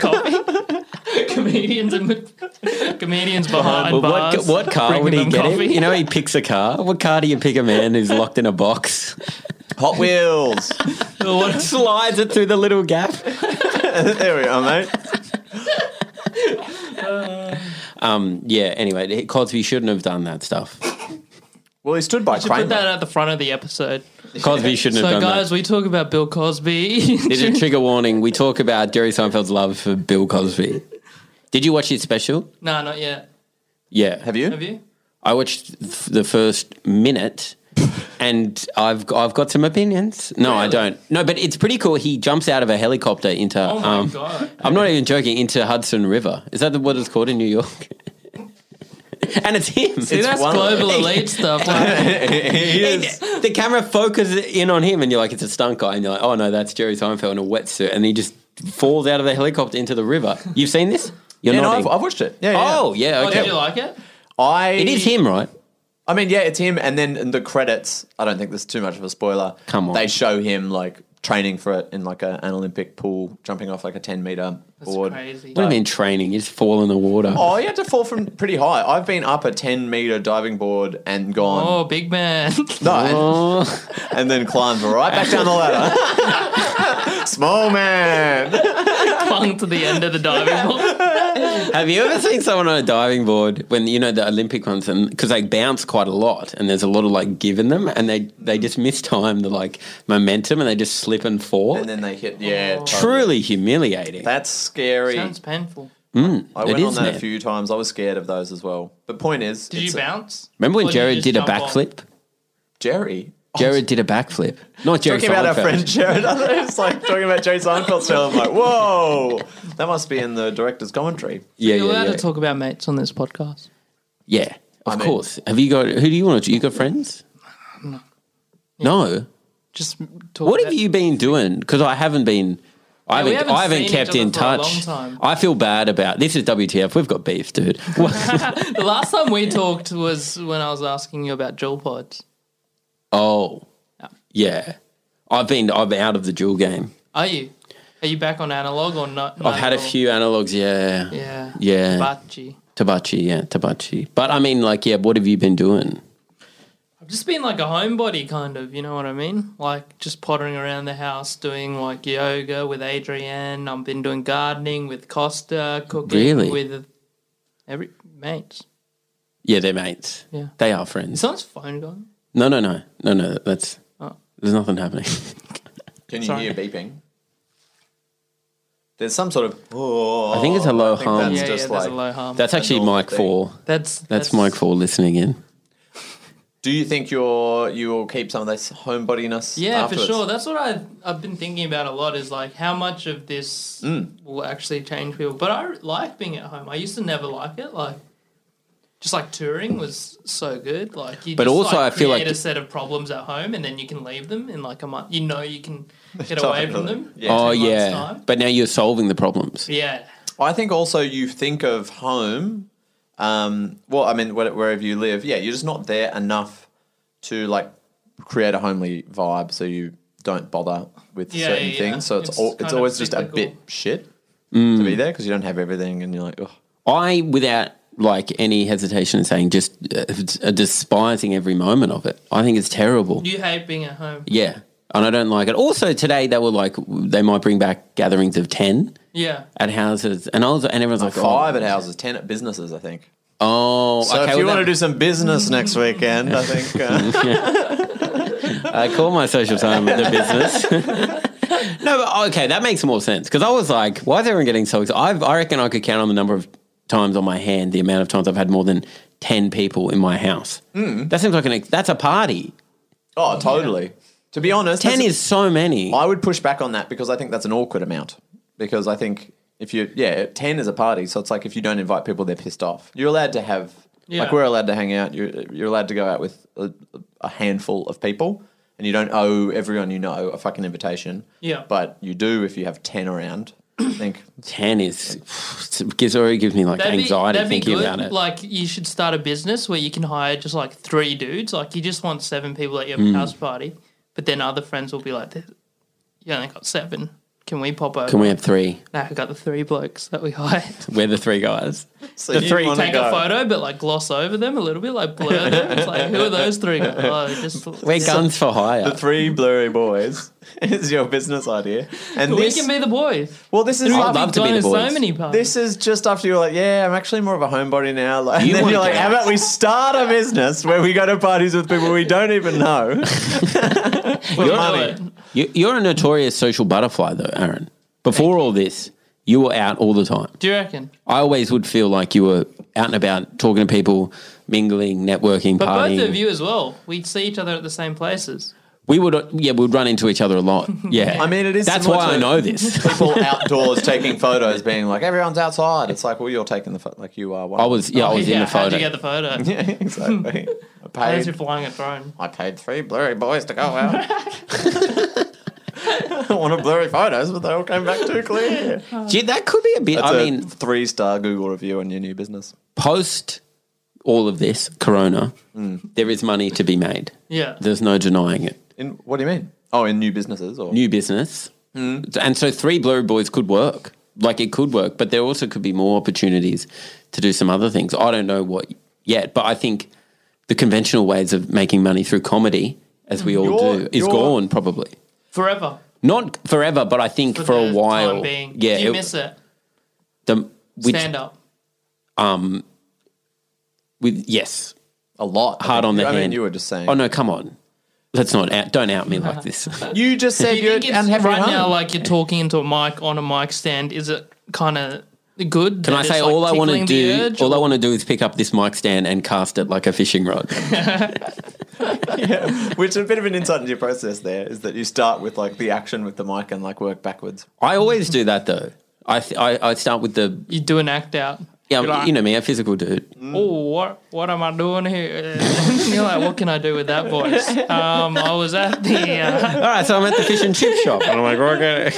D: copy. comedians and comedians behind
B: Well,
D: bars.
B: what, what car
D: bringing
B: would he
D: them
B: get
D: coffee.
B: him? You know, he picks a car. What car do you pick a man who's locked in a box?
C: Hot Wheels.
D: What-
B: Slides it through the little gap.
C: there we are, mate.
B: Um, yeah. Anyway, Cosby shouldn't have done that stuff.
C: Well, he stood by
D: Put that
C: Kramer.
D: at the front of the episode.
B: Cosby shouldn't
D: So,
B: have done
D: guys,
B: that.
D: we talk about Bill Cosby.
B: This is a trigger warning. We talk about Jerry Seinfeld's love for Bill Cosby. Did you watch his special?
D: no, not yet.
B: Yeah.
C: Have you?
D: Have you?
B: I watched th- the first minute, and I've I've got some opinions. No, I
D: Really?
B: don't. No, but it's pretty cool. He jumps out of a helicopter into.
D: Oh my
B: um,
D: god.
B: I'm not even joking. Into Hudson River. Is that the- what it's called in New York? and it's him.
D: See, that's
C: one of
D: global
B: those.
D: elite stuff. Like,
C: he
B: And
C: is.
B: the camera focuses in on him, and you're like, it's a stunt guy, and you're like, oh no, that's Jerry Seinfeld in a wetsuit, and he just falls out of the helicopter into the river. You've seen this? You're
C: Yeah, no,
B: not.
C: I've, I've watched it. Yeah, yeah.
B: oh yeah,
D: oh,
B: okay.
D: did you like it?
C: I.
B: it is him, right?
C: I mean, yeah, it's him. And then in the credits, I don't think there's too much of a spoiler.
B: Come on.
C: they show him like training for it in like a, an Olympic pool, jumping off like a ten meter
D: That's
C: board.
D: crazy.
B: What do you mean training? You just fall in the water.
C: Oh, you had to fall from pretty high. I've been up a ten meter diving board and gone.
D: Oh, big man.
C: No, and-
B: Oh.
C: and then climbed right back down the ladder. Small man.
D: Clung to the end of the diving board.
B: Have you ever seen someone on a diving board when you know the Olympic ones, and because they bounce quite a lot, and there's a lot of like giving them, and they they just mistime the like momentum, and they just slip and fall.
C: And then they hit. Yeah,
B: Oh.
C: totally.
B: Truly humiliating.
C: That's scary.
D: Sounds painful.
C: I
B: it
C: went on
B: is,
C: that a
B: man.
C: few times. I was scared of those as well. But point is,
D: Did you
C: it's-
D: bounce?
B: Remember
D: Or
B: when
D: you
B: Jared
D: just
B: did a
D: jump Oh. off?
B: backflip?
C: Jerry.
B: Jared did a backflip. Not Jerry
C: Talking about our
B: Seinfeld.
C: friend Jared, I thought it was like talking about Jay Seinfeld style. I'm like, whoa, that must be in the director's commentary.
B: Yeah,
D: You're
B: yeah,
D: allowed
B: yeah.
D: to talk about mates on this podcast.
B: yeah, of
C: I mean-
B: course. Have you got? Who do you want to? You got friends? No.
D: Just talk
B: What
D: about-
B: have you been doing? Because I haven't been. I
D: we
B: haven't,
D: haven't
B: I haven't
D: seen
B: kept
D: each other
B: in
D: for a long
B: touch.
D: time.
B: I feel bad about this. Is WTF? We've got beef, dude.
D: The last time we talked was when I was asking you about dual pods.
B: oh, yeah. I've been. I've been out of the dual game.
D: Are you? Are you back on analog or not?
B: I've had a few analogs. Yeah,
D: Yeah.
B: Yeah.
D: But gee.
B: Tabachi. Yeah, Tabachi. But I mean, like, yeah. What have you been doing?
D: I've just been like a homebody kind of, you know what I mean? Like just pottering around the house doing like yoga with Adrienne. I've been doing gardening with Costa, cooking
B: Really?
D: with every mates.
B: Yeah, they're mates.
D: Yeah.
B: They are friends.
D: Is someone's phone gone?
B: No, no, no, no, no. That's
D: Oh.
B: there's nothing happening.
C: Can you
D: Sorry.
C: hear beeping? There's some sort of. Oh,
B: I think it's a low
C: think
B: hum.
C: It's
D: yeah, yeah,
C: just
D: there's
C: like-
D: a low harm.
B: That's actually
C: normal
B: Mike
C: thing.
B: Four.
D: that's
B: That's, Mike Four listening in.
C: Do you think you're you will keep some of this homebodiness?
D: Yeah,
C: afterwards?
D: for sure. That's what I've I've been thinking about a lot is like how much of this
B: Mm.
D: will actually change people. But I like being at home. I used to never like it. Like just like touring was so good. Like you
B: But
D: just,
B: also
D: like,
B: I feel
D: create
B: like-
D: a set of problems at home and then you can leave them in like a month. You know you can get
C: Totally.
D: away from them.
C: Yeah.
B: oh
D: two months'
B: yeah,
D: time.
B: but now you're solving the problems.
D: Yeah.
C: I think also you think of home. Um, well, I mean, where- wherever you live, yeah, you're just not there enough to like create a homely vibe, so you don't bother with
D: Yeah,
C: certain
D: yeah, yeah.
C: things. So it's
D: It's
C: it's, all,
D: kind
C: it's
D: of
C: always just a bit
D: cyclical.
C: shit
B: Mm.
C: to be there because you don't have everything, and you're like, oh,
B: I, without like any hesitation, in saying just uh, uh, despising every moment of it. I think it's terrible.
D: You hate being at home.
B: Yeah, and I don't like it. Also, today they were like they might bring back gatherings of ten
D: Yeah.
B: at houses, and I was and everyone's like
C: five
B: oh,
C: at houses, ten at businesses. I think.
B: Oh,
C: So
B: okay.
C: if you
B: well,
C: want to
B: that-
C: do some business next weekend, I think. Uh,
B: I call my social time the business. no, but okay, that makes more sense because I was like, why is everyone getting so excited? I've, I reckon I could count on the number of times on my hand the amount of times I've had more than ten people in my house.
C: Hmm.
B: That seems like an ex- that's a party.
C: oh, totally. To be honest,
B: Ten
C: that's-
B: is so many.
C: I would push back on that because I think that's an awkward amount. Because I think if you, yeah, 10 is a party. So it's like if you don't invite people, they're pissed off. You're allowed to have,
D: Yeah.
C: like, we're allowed to hang out. You're, you're allowed to go out with a, a handful of people. And you don't owe everyone you know a fucking invitation.
D: Yeah.
C: But you do if you have 10 around. I think.
B: Ten is it gives already gives me like
D: That'd be-
B: anxiety
D: that'd be
B: thinking
D: good.
B: about it.
D: Like you should start a business where you can hire just like three dudes. Like you just want seven people at your
B: Hmm.
D: house party, but then other friends will be like, "You only got seven. Can we pop over?"
B: Can we have three?
D: Nah, I got the three blokes that we hired.
B: We're the three guys.
C: So
B: The
C: you
B: three
C: wanna
D: Take
C: go.
D: a photo, but like gloss over them a little bit, like blur them. It's like, who are those three guys? Oh, just
B: We're guns for hire.
C: The three blurry boys is your business idea. And
D: we
C: this,
D: can be the boys.
C: well, this is
B: I'd
D: We've
B: love to be
D: gone
B: the boys.
D: So many parties.
C: This is just after you're like, yeah, I'm actually more of a homebody now. Like, and then
B: wanna
C: you're like,
B: go
C: how
B: out.
C: about we start a business where we go to parties with people we don't even know? For
B: You're-
C: money.
B: You, you're a notorious social butterfly, though, Aaron. Before all this, you were out all the time.
D: Do you reckon?
B: I always would feel like you were out and about, talking to people, mingling, networking,
D: But
B: partying.
D: both of you as well. We'd see each other at the same places.
B: We would, yeah, we would run into each other a lot. Yeah,
C: I mean, it is
B: That's
C: similar
B: why
C: to-
B: I know this.
C: People outdoors taking photos, being like, everyone's outside. It's like, well, you're taking the photo. Like, you are one.
B: I was, yeah, I was in the
D: How'd
B: photo.
D: you get the photo?
C: yeah, exactly. I
D: Unless you're
C: paid,
D: flying a drone.
C: I paid three blurry boys to go out. I wanted blurry photos, but they all came back too clear.
B: Gee, that could be a bit.
C: That's
B: I
C: a
B: mean,
C: three star Google review on your new business.
B: post all of this, Corona,
C: Mm.
B: there is money to be made.
D: Yeah.
B: There's no denying it.
C: In What do you mean? Oh, in new businesses? or
B: New business,
D: Hmm.
B: and so three blurry boys could work. Like it could work, but there also could be more opportunities to do some other things. I don't know what yet, but I think the conventional ways of making money through comedy, as we all
C: You're-
B: do, is
C: you're-
B: gone probably.
D: Forever.
B: Not forever, but I think for,
D: the
B: a while.
D: Time being.
B: Yeah,
D: Do you
B: it-
D: miss it?
B: the- with,
D: Stand up.
B: with yes,
C: a lot. I
B: hard
C: think.
B: on the
C: I
B: hand.
C: mean, you were just saying.
B: Oh no, come on, let's not out, don't out me like this.
C: You just said
D: Do you
C: you are
D: think it's
C: unhappy
D: right
C: home.
D: now like you're talking into a mic on a mic stand? Is it kind of good?
B: Can I say all I want to do? All I want to do is pick up this mic stand and cast it like a fishing rod.
D: uh,
C: Which is a bit of an insight into your process there is that you start with like the action with the mic and like work backwards.
B: I always do that though. I, th- I I start with the
D: you do an act out.
B: yeah,
D: You're like,
B: you know me, a physical dude.
D: Oh, what what am I doing here? you're like, what can I do with that voice? Um, I was at the. Uh,
B: All right, so I'm at the fish and chip shop, and I'm like, okay,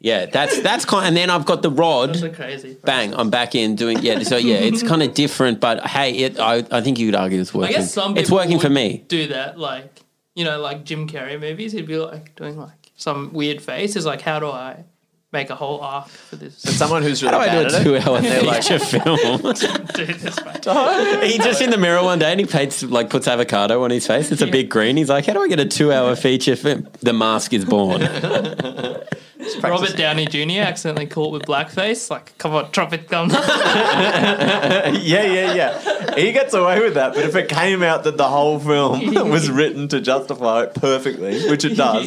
B: yeah, that's that's kind. And then I've got the
D: that's
B: rod.
D: a crazy.
B: Bang! I'm back in doing yeah. So yeah, it's kind of different, but hey, it I, I think you could argue it's
D: I
B: working.
D: guess some people
B: it's working for
D: would
B: me.
D: Do that like you know like Jim Carrey movies. He'd be like doing like some weird face. Is like, how do I make a whole arc for this?
C: Someone who's really
B: How do I
C: bad
B: do a
C: at it.
B: two-hour feature film?
D: do this man?
B: he just in the mirror one day and he paints like puts avocado on his face. It's a big green. He's like, how do I get a two-hour feature film? The mask is born.
D: Robert Downey Jr. accidentally caught with blackface. Like, come on, drop it, come.
C: yeah, yeah, yeah. He gets away with that, but if it came out that the whole film was written to justify it perfectly, which it does,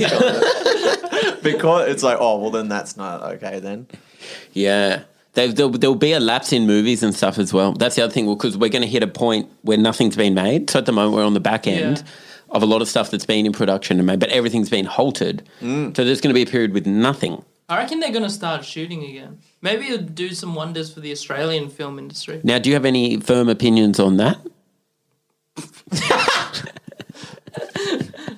C: because it's like, oh, well, then that's not okay. Then
B: Yeah. There, there'll, there'll be a lapse in movies and stuff as well. That's the other thing, because we're going to hit a point where nothing's been made. So at the moment, we're on the back end of a lot of stuff that's been in production and made, but everything's been halted.
D: Mm.
B: So there's going to be a period with nothing.
D: I reckon they're going to start shooting again. Maybe it'll do some wonders for the Australian film industry.
B: Now, do you have any firm opinions on that?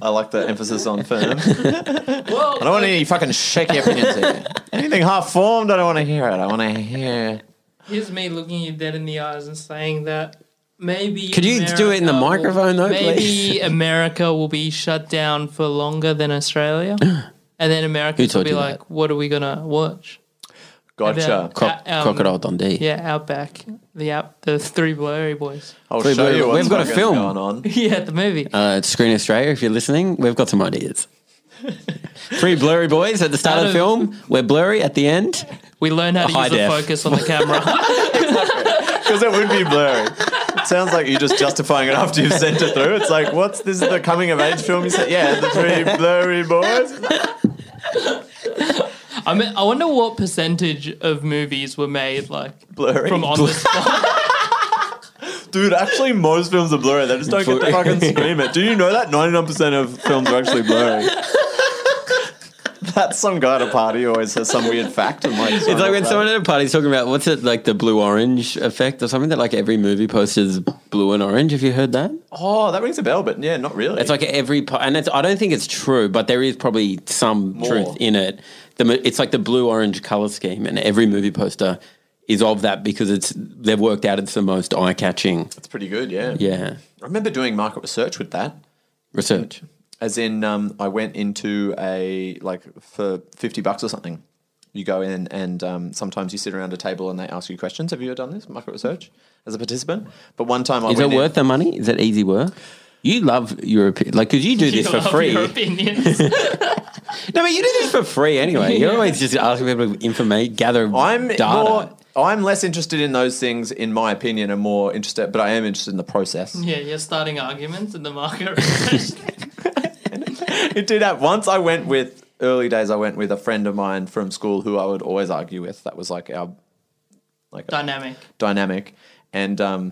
C: I like the emphasis on firm.
D: Well,
C: I don't want any fucking shaky opinions here. Anything half formed, I don't want to hear it. I want to hear.
D: here's me looking you dead in the eyes and saying that maybe.
B: Could you do it in the
D: America will-
B: microphone though,
D: Maybe
B: please?
D: America will be shut down for longer than Australia, and then
B: Who
D: Americans
B: told
D: will be
B: you
D: like, "What are we gonna watch?"
C: Gotcha.
B: Cro-
D: Uh, um,
B: Crocodile Dundee.
D: Yeah, Outback, the out, the three blurry boys.
C: I'll
B: Wait,
C: show
B: wait,
C: you
B: wait,
C: what's
B: we've got a
C: fucking
B: film.
C: going on.
D: yeah, the movie.
B: Uh, Screen Australia, if you're listening, we've got some ideas. Three blurry boys at the start of the
D: Out of-
B: film. We're blurry at the end.
D: we learn how to
B: high
D: use the
B: def.
D: focus on the camera.
C: Because it would be blurry. It sounds like you're just justifying it after you've sent it through. It's like, what's this? Is the coming of age film? You said, yeah, the three blurry boys.
D: I mean, I wonder what percentage of movies were made like
C: Blurry.
D: from on the spot.
C: Dude, actually, most films are blurry. They just don't get to fucking scream it. Do you know that 99% of films are actually blurry? That's some guy at a party who always has some weird fact. And like,
B: It's like when someone at a party's talking about what's it like the blue orange effect or something that like every movie posters blue and orange. Have you heard that?
C: Oh, that rings a bell, but yeah, not really.
B: It's like every po- and it's I don't think it's true, but there is probably some truth in it. The, mo- it's like the blue orange color scheme, and every movie poster is of that because it's they've worked out it's the most eye catching.
C: That's pretty good, yeah.
B: Yeah,
C: I remember doing market research with that.
B: research.
C: As in, um, I went into a like for fifty bucks or something. You go in and um, sometimes you sit around a table and they ask you questions. Have you ever done this market research as a participant? But one time I
B: Is it
C: went in-
B: worth the money? Is it easy work? You love European, like, because you do this for
D: Love
B: free.
D: Your opinions.
B: No, but you do this for free anyway. You're
D: Yeah.
B: always just asking people to informate, gather
C: I'm
B: data.
C: more. I'm less interested in those things, in my opinion, and more interested. But I am interested in the process.
D: yeah, you're starting arguments in the market.
B: Mm.
C: it did that once. I went with early days. I went with a friend of mine from school who I would always argue with. That was like our like
D: Dynamic.
C: dynamic. And um,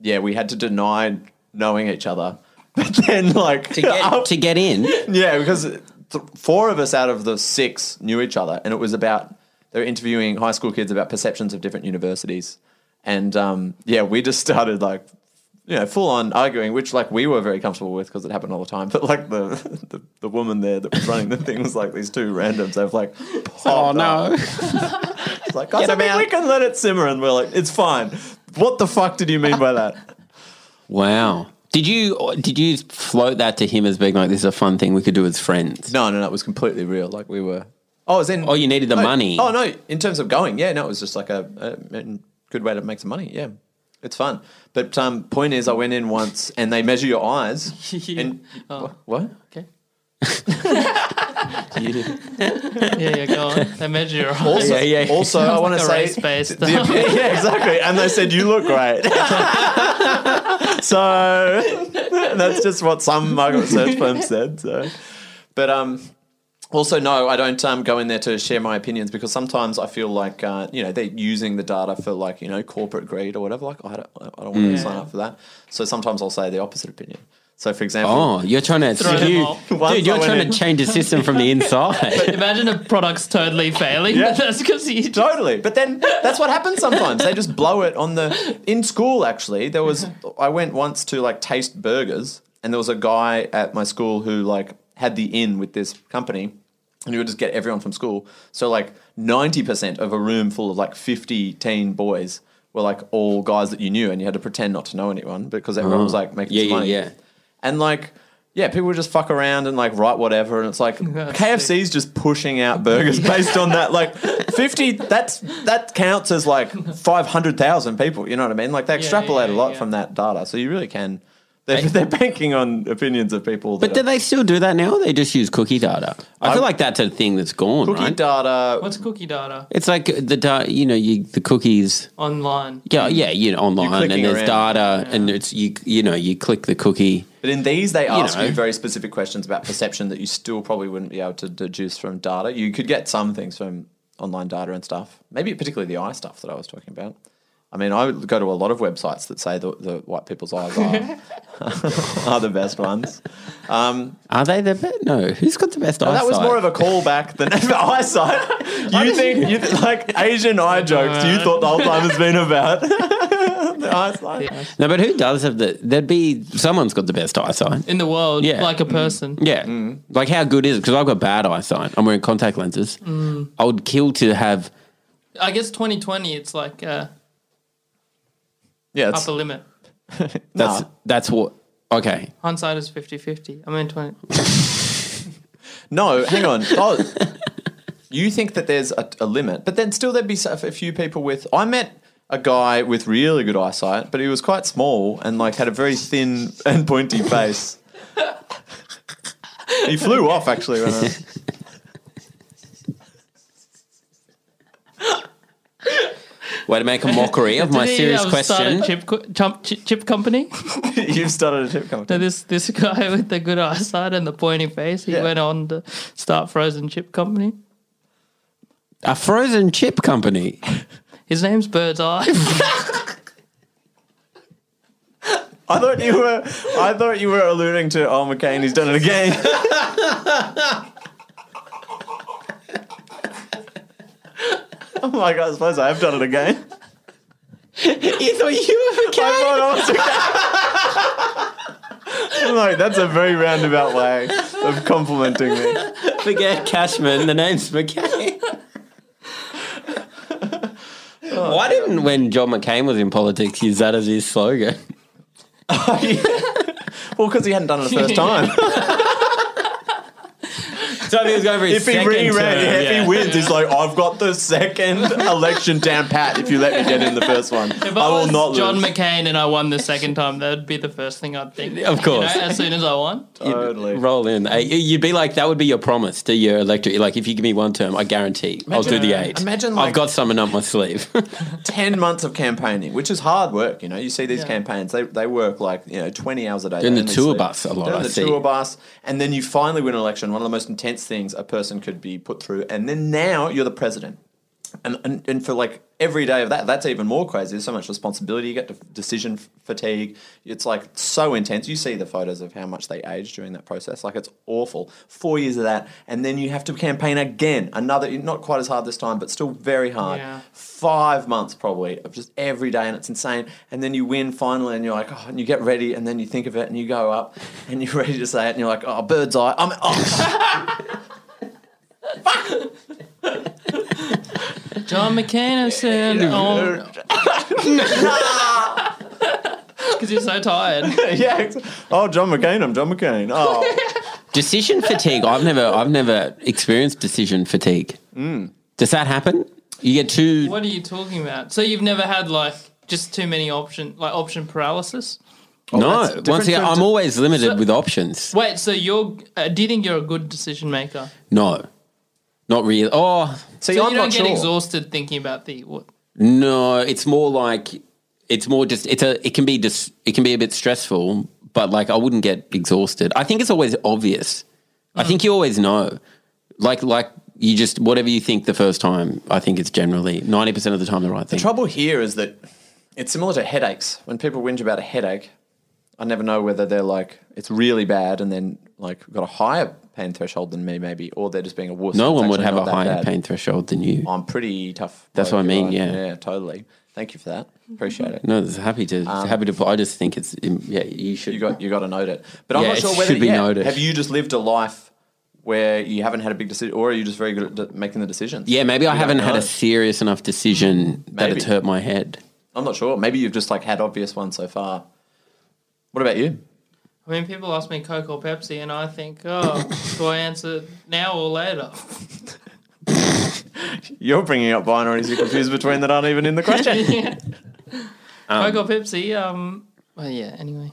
C: yeah, we had to deny knowing each other. But then, like,
B: to get, to get in.
C: yeah, because th- four of us out of the six knew each other. And it was about, they were interviewing high school kids about perceptions of different universities. And um, yeah, we just started like, you know, full on arguing, which like we were very comfortable with because it happened all the time. But like the, the the woman there that was running the thing was like these two randoms. They've like,
B: Oh
C: popped up.
B: no!
C: It's like, guys, I
B: him
C: think
B: out.
C: we can let it simmer. And we're like, it's fine. What the fuck did you mean by that?
B: Wow. Did you did you float that to him as being like this is a fun thing we could do as friends?
C: No, no, no. It was completely real. Like we were. Oh, it was in.
B: Oh, you needed the
C: no,
B: money.
C: Oh no, in terms of going, yeah, no, it was just like a, a good way to make some money. Yeah, it's fun. But um, point is, I went in once and they measure your eyes. And what?
D: Okay.
C: Yeah.
D: Yeah, yeah, go on. They measure your eyes.
C: Also,
B: Yeah, yeah.
C: also I want to
D: a
C: say
D: race-based-
C: yeah, yeah, exactly. And they said you look great. so that's just what some market research firm said. So, but um, also no, I don't um, go in there to share my opinions because sometimes I feel like uh, you know they're using the data for like you know corporate greed or whatever. Like I don't, I don't want
B: Mm.
C: to sign up for that. So sometimes I'll say the opposite opinion. So for example,
B: Oh, you're trying to
D: Throw them
B: you,
D: all.
B: dude.
C: Once
B: You're
C: I went
B: trying
C: in.
B: to change the system from the inside.
D: Imagine a product's totally failing.
C: Yeah.
D: but That's because you just
C: Totally. But then that's what happens sometimes. They just blow it on the. In school, actually, there was.
B: Mm-hmm.
C: I went once to like taste burgers, and there was a guy at my school who like had the in with this company, and he would just get everyone from school. So like ninety percent of a room full of like fifty teen boys were like all guys that you knew, and you had to pretend not to know anyone because everyone was like making
B: Oh. Yeah,
C: some
B: yeah,
C: money.
B: yeah.
C: And like. Yeah, people would just fuck around and like write whatever, and it's like
D: That's
C: KFC's just pushing out burgers based on that. Like fifty, that's that counts as like five hundred thousand people. You know what I mean? Like they extrapolate
D: yeah,
C: a lot
D: yeah.
C: from that data, so you really can. They're, they're banking on opinions of people.
B: But do they still do that now? Or they just use cookie data. I, feel
C: I-
B: like that's a thing that's gone,
C: cookie
B: right?
C: data?
D: What's cookie data
B: it's like the da- you know you, the cookies.
D: online?
B: Yeah, yeah, you know, online
C: Mm.
B: and
C: clicking
B: there's
C: around.
B: data and it's you you know you click the cookie.
C: But in these, they ask
B: know.
C: you very specific questions about perception that you still probably wouldn't be able to deduce from data. You could get some things from online data and stuff, maybe particularly the eye stuff that I was talking about. I mean, I would go to a lot of websites that say the, the white people's eyes are, are the best ones. Um,
B: Are they the best? No, who's got the best
C: But
B: eyesight?
C: Oh, that was more of a callback than eyesight. You think you th- like Asian eye jokes? You thought the whole time has been about the eyesight.
B: no, but who does have the? There'd be someone's got the best eyesight.
D: In the world,
B: Yeah.
D: like a person.
B: Yeah.
C: Mm.
B: Like, how good is it? Because I've got bad eyesight. I'm wearing contact lenses.
C: Mm.
B: I would kill to have.
D: I guess 2020, it's like uh,
C: Yeah, it's,
D: upper limit.
B: That's
C: nah.
B: that's what. Okay.
D: Hindsight is 50 50. I mean, 20.
C: No, hang on. Oh, you think that there's a, a limit, but then still there'd be so- a few people with. I met a guy with really good eyesight, but he was quite small and like had a very thin and pointy face. he flew off actually. When I,
B: Way to make a mockery of my
D: Did he,
B: serious
D: um, start a
B: question.
D: Chip, co- chump- chi- chip company.
C: you've started a chip
D: So
C: company.
D: this this guy with the good eyesight and the pointy face, he
C: Yeah.
D: went on to start frozen chip company.
B: A frozen chip company.
D: His name's Bird's Eye.
C: I thought you were. I thought you were alluding to. Oh, McCain, he's done it again. I'm like, Oh I suppose I have done it again.
B: you thought you were
C: I thought I was okay. I'm like, that's a very roundabout way of complimenting me.
B: forget Cashman. The name's McCain. Why didn't when John McCain was in politics use that as his slogan?
C: Well, because he hadn't done it the first time.
B: So if he was going for his
C: if he
B: second
C: re-ran,
B: term,
C: if
B: yeah.
C: he wins, he's like, I've got the second election down pat. If you let me get in the first one,
D: If
C: I will
D: was
C: not
D: John
C: lose.
D: McCain and I won the second time, that'd be the first thing I'd think.
B: Of course.
D: You know, as soon as I won.
C: Totally.
B: Roll in. Uh, you- You'd be like, that would be your promise to your electorate. Like, if you give me one term, I guarantee I'll do the eight.
C: imagine,
B: I've
C: like-
B: got something up my sleeve.
C: Ten months of campaigning, which is hard work. You know, you see these
D: Yeah.
C: campaigns; they, they work like you know twenty hours a day.
B: Doing
C: They
B: the
C: only
B: tour
C: sleep.
B: bus a lot,
C: Doing
B: I
C: the
B: see.
C: tour bus, and then you finally win an election. One of the most intense things a person could be put through, and then now you're the president. And, and, and for like every day of that, that's even more crazy. There's so much responsibility. You get def- decision f- fatigue. It's like so intense. You see the photos of how much they age during that process. Like it's awful. Four years of that, and then you have to campaign again. Another, not quite as hard this time, but still very hard.
D: Yeah.
C: Five months probably of just every day, and it's insane. And then you win finally, and you're like, oh, and you get ready, and then you think of it, and you go up, and you're ready to say it, and you're like, oh, bird's eye. I'm. Oh.
D: John McCain has said, oh, because you're so tired.
C: yeah. ex- Oh, John McCain. I'm John McCain. Oh.
B: decision fatigue. I've never, I've never experienced decision fatigue.
C: Hmm.
B: Does that happen? You get too.
D: What are you talking about? So you've never had like just too many option, like option paralysis?
C: Oh, that's
B: no.
C: different
B: Once again,
C: from-
B: I'm always limited with options.
D: Wait, so you're? Uh, do you think you're a good decision maker?
B: No, not really. Oh
C: See,
D: So
C: I'm
D: you don't
C: not
D: get
C: sure.
D: exhausted thinking about the what?
B: no, it's more like it's more just it's a it can be just it can be a bit stressful, but like I wouldn't get exhausted. I think it's always obvious. I think you always know. Like like you just whatever you think the first time. I think it's generally ninety percent of the time the right thing.
C: The trouble here is that it's similar to headaches. When people whinge about a headache, I never know whether they're like it's really bad and then like got a higher pain threshold than me, maybe, or they're just being a wuss.
B: no
C: It's
B: one would
C: actually
B: have a
C: not that
B: higher
C: bad. Oh.
B: pain threshold than you.
C: I'm pretty tough.
B: That's what I
C: bloke,
B: mean,
C: right?
B: yeah.
C: yeah, totally. Thank you for that. Appreciate it.
B: No, it's happy to happy to. I just think it's yeah. You should.
C: Um, You got you got to note it, but I'm
B: Yeah,
C: not
B: it
C: sure whether
B: should be
C: yeah,
B: noted.
C: Have you just lived a life where you haven't had a big decision, or are you just very good at d- making the decisions?
B: yeah, maybe I
C: You don't
B: haven't had
C: know.
B: a serious enough decision that
C: Maybe.
B: it's hurt my head.
C: I'm not sure. Maybe you've just like had obvious ones so far. What about you?
D: I mean, people ask me Coke or Pepsi, and I think, oh, do I answer now or later?
C: You're bringing up binaries you're confused between that aren't even in the question.
D: yeah. Coke or Pepsi? Um. Well, yeah. um, Anyway,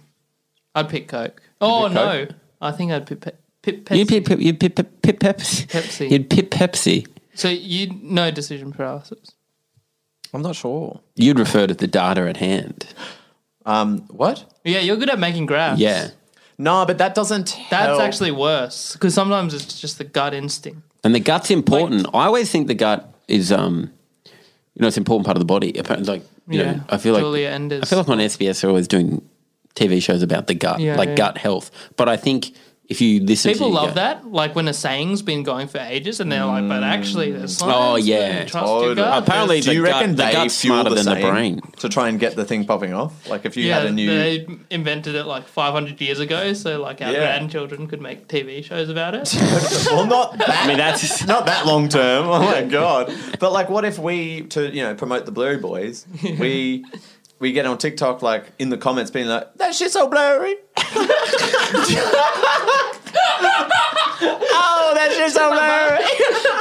D: I'd pick Coke. Oh
C: pick
D: no, I think I'd pick. Pe- Pip Pepsi.
B: You'd pip, pip, you'd pip, pip, pip Pepsi.
D: Pepsi.
B: You'd pip Pepsi.
D: so you no decision paralysis.
C: I'm not sure.
B: You'd refer to the data at hand. Um,
C: What?
D: Yeah, you're good at making graphs.
B: Yeah.
C: No, but that doesn't.
D: that's
C: help.
D: actually worse because sometimes it's just the gut instinct.
B: And the gut's important. I always think the gut is, um, you know, it's an important part of the body. Appa- Like, you
D: Yeah.
B: know, I feel like
D: Julia Enders.
B: I feel like on SBS they're always doing TV shows about the gut,
D: Yeah,
B: like
D: yeah.
B: gut health. But I think if you listen,
D: People
B: to your
D: love
B: gut-
D: that, like when a saying's been going for ages, and they're like, "But actually, there's science
B: Oh,
D: and
B: yeah.
D: trust
C: Totally.
D: your gut.
B: Apparently,
C: Do you
B: the gut-
C: reckon
B: the
C: they
B: gut's
C: fuel
B: smarter
C: the
B: than the
C: same
B: brain.
C: to try and get the thing popping off? Like if you
D: yeah,
C: had a new,
D: they invented it like 500 years ago, so like our
C: Yeah.
D: grandchildren could make TV shows about it.
C: well, not that,
B: I mean, that's
C: not that long term. Oh my god! But like, what if we to you know promote the Blurry Boys? We we get on TikTok like in the comments being like, "That shit's so blurry." oh, that shit's so blurry.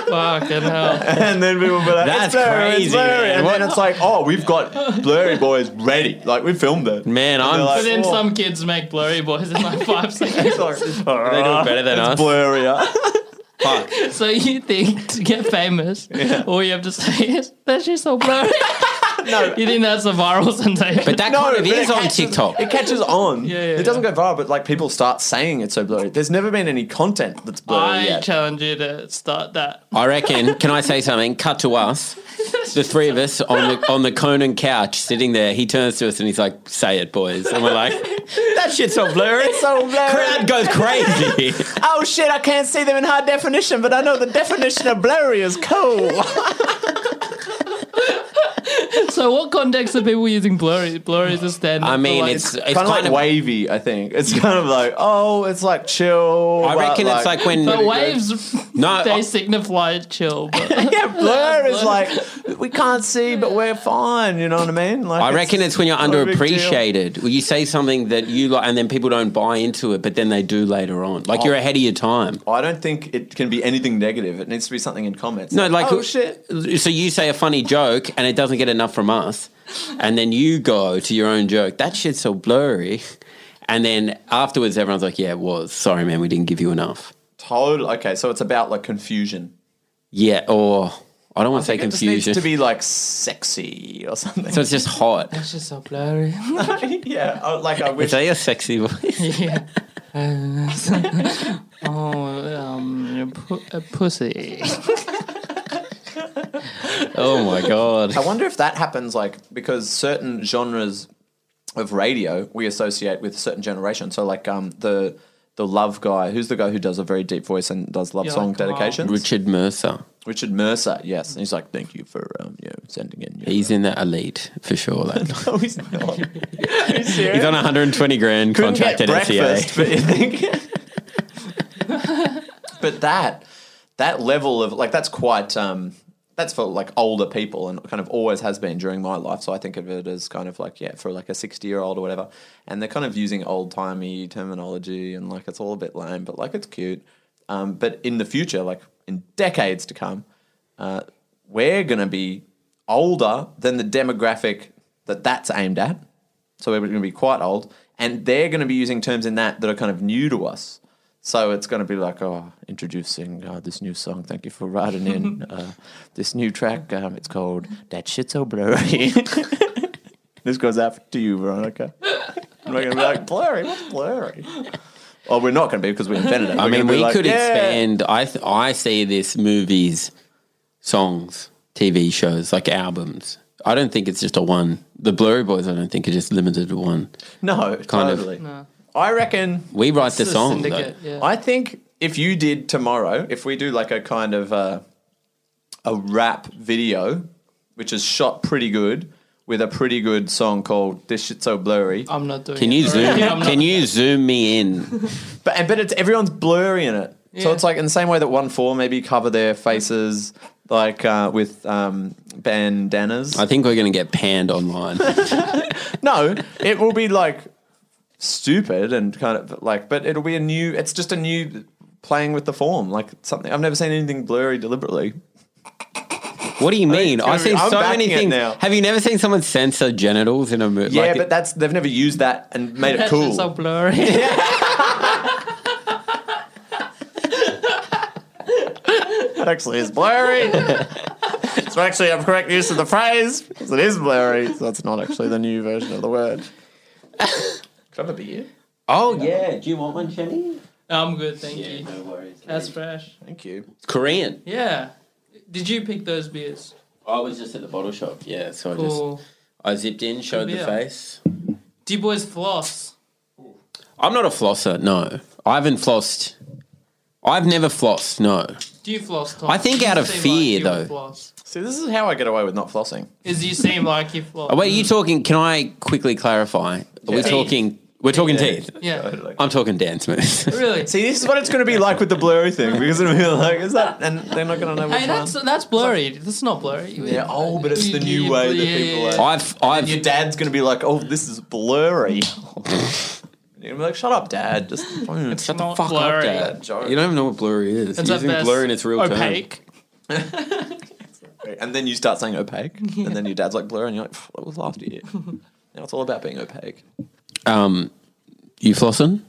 D: Fucking hell!
C: And then people will be like,
B: That's
C: it's blurry,
B: crazy,
C: It's blurry.
B: man.
C: And
B: What-
C: then it's like, oh, we've got Blurry Boys ready. Like, we filmed it.
B: man. I'm
C: they're
D: But
C: like-
D: then
C: Oh.
D: some kids make blurry boys in like five seconds.
C: It's like,
B: they do it better than us.
C: it's blurrier.
B: Fuck.
D: So you think to get famous, all you have to say is that shit's so blurry.
C: No.
D: You think that's a viral sensation?
B: But that kind of
C: but
B: is
C: it
B: on
C: catches-
B: TikTok.
C: It catches on.
D: Yeah, yeah,
C: it doesn't
D: yeah.
C: go viral, but like people start saying it's so blurry. There's never been any content that's blurry
D: I
C: yet.
D: challenge you to start that.
B: I reckon. Can I say something? Cut to us, the three of us on the on the Conan couch, sitting there. He turns to us and he's like, "Say it, boys," and we're like, "That shit's so blurry."
C: It's so blurry.
B: Crowd goes crazy.
C: Oh shit! I can't see them in high definition, but I know the definition of blurry is cool.
D: So what context are people using blurry? Blurry is a standard.
B: I
D: for,
B: mean,
D: like-
B: it's it's
C: kind of like wavy, I think. It's kind of like oh, it's like chill.
B: I
C: but
B: reckon it's like when
D: but waves.
B: No,
D: they
B: I-
D: signify chill. But
C: yeah, blur is
D: Blur.
C: like we can't see, but we're fine. You know what I mean? Like
B: I reckon it's when you're
C: not a big deal.
B: underappreciated. Well, you say something that you like, and then people don't buy into it, but then they do later on. Like
C: Oh.
B: you're ahead of your time.
C: I don't think it can be anything negative. It needs to be something in comments.
B: No, like
C: oh shit.
B: So you say a funny joke, and it doesn't get enough from us, and then you go to your own joke. That shit's so blurry. And then afterwards, everyone's like, "Yeah, it was. Sorry, man, we didn't give you enough."
C: Total. Okay, so it's about like confusion.
B: Yeah, or I don't want to say
C: It just needs
B: confusion.
C: to be like sexy or something.
B: so it's just hot.
D: it's just so blurry.
C: yeah, I- like I
B: Is
C: wish.
B: that your sexy voice?
D: yeah. oh, um, your pu- a pussy.
B: oh my god!
C: I wonder if that happens, like because certain genres of radio we associate with a certain generation. So like um the the love guy, who's the guy who does a very deep voice and does love
D: Yeah,
C: song
D: like, come on.
C: dedications?
B: Richard Mercer.
C: Richard Mercer, yes. And he's like, thank you for um, you know, sending in. Your,
B: He's in the elite for sure. That night.
C: no, he's not.
B: He's on 120 grand
C: Couldn't get
B: contract at E SEA.
C: breakfast, but you think. but that that level of like that's quite um that's for like older people and kind of always has been during my life. So I think of it as kind of like yeah for like a sixty year old or whatever, and they're kind of using old timey terminology and like it's all a bit lame, but like it's cute. Um, but in the future, like in decades to come, uh, we're gonna be older than the demographic that that's aimed at. So we're going to be quite old, and they're going to be using terms in that that are kind of new to us. So it's going to be like, oh, introducing uh, this new song. Thank you for writing in uh, this new track. Um, it's called That Shit's So Blurry. this goes out to you, Veronica. And we're going to be like, blurry? What's blurry? Oh, we're not going to be because we invented it.
B: I
C: We're
B: mean,
C: gonna be
B: we
C: like,
B: could
C: "Yeah."
B: expand. I th- I see this movies, songs, TV shows, like albums. I don't think it's just a one. The Blurry Boys, I don't think are just limited to one.
C: No,
B: Kind of.
C: totally. I reckon
B: We write the
D: a
B: song. though.
D: syndicate, yeah.
C: I think if you did tomorrow, if we do like a kind of uh, a rap video, which is shot pretty good with a pretty good song called "This Shit's So Blurry,"
D: I'm not doing.
B: Can
D: it.
B: you zoom?
D: Yeah, I'm not-
B: Can you zoom me in?
C: but and- but it's everyone's blurry in it, so
D: Yeah.
C: it's like in the same way that One Four maybe cover their faces like uh, with um, bandanas.
B: I think we're going to get panned online.
C: no, it will be like stupid and kind of like, but it'll be a new. It's just a new playing with the form, like something I've never seen anything blurry deliberately.
B: What do you mean?
C: it's gonna
B: I've seen
C: be- I'm
B: so many
C: backing it
B: things.
C: now.
B: Have you never seen someone censor genitals in a movie?
C: Yeah, but that's they've never used that and made it
D: That's
C: cool.
D: just so blurry.
C: That actually is blurry. it's not actually a correct use of the phrase because it is blurry. So that's not actually the new version of the word. Could I have a beer?
B: oh yeah. Do you want one, Jenny?
D: I'm good, thank you.
B: worries.
D: That's fresh.
C: Thank you.
B: Korean.
D: Yeah. Did you pick those beers?
B: I was just at the bottle shop. Yeah, so I just
D: Cool.
B: I zipped in, showed the
D: beer.
B: face.
D: Do you boys floss?
B: I'm not a flosser. No, I haven't flossed. I've never flossed. No,
D: Do you floss, Tom?
B: I think
D: You
B: out of
D: seem
B: fear,
D: like you would
B: though.
D: Floss.
C: See, this is how I get away with not flossing.
D: Is you seem like you floss.
B: Oh, wait. Are you talking? Can I quickly clarify? Are we
C: Yeah.
B: talking? We're talking teeth.
D: Yeah.
B: I'm talking dance moves.
D: Really?
C: See, this is what it's going to be like with the blurry thing because it'll be like, is that? And they're not going to know which
D: Hey, that's
C: one.
D: that's blurry. That's not blurry.
C: Yeah, oh, but it's the
D: You-
C: new
D: you-
C: way that
D: yeah,
C: people
D: yeah,
C: are.
B: I've I've
C: Your dad's going to be like, oh, this is blurry. You're going to be like, shut up, dad. Just mm,
B: shut the
D: not
B: fuck up,
D: blurry.
B: Dad.
C: joke.
B: You don't even know what blurry is.
D: It's at
B: Using
D: best
B: blur in its real term.
D: opaque.
C: And then you start saying opaque, and then your dad's like blur, and you're like, "Pff, "What was last year?" now it's all about being opaque.
B: Um, you flossing?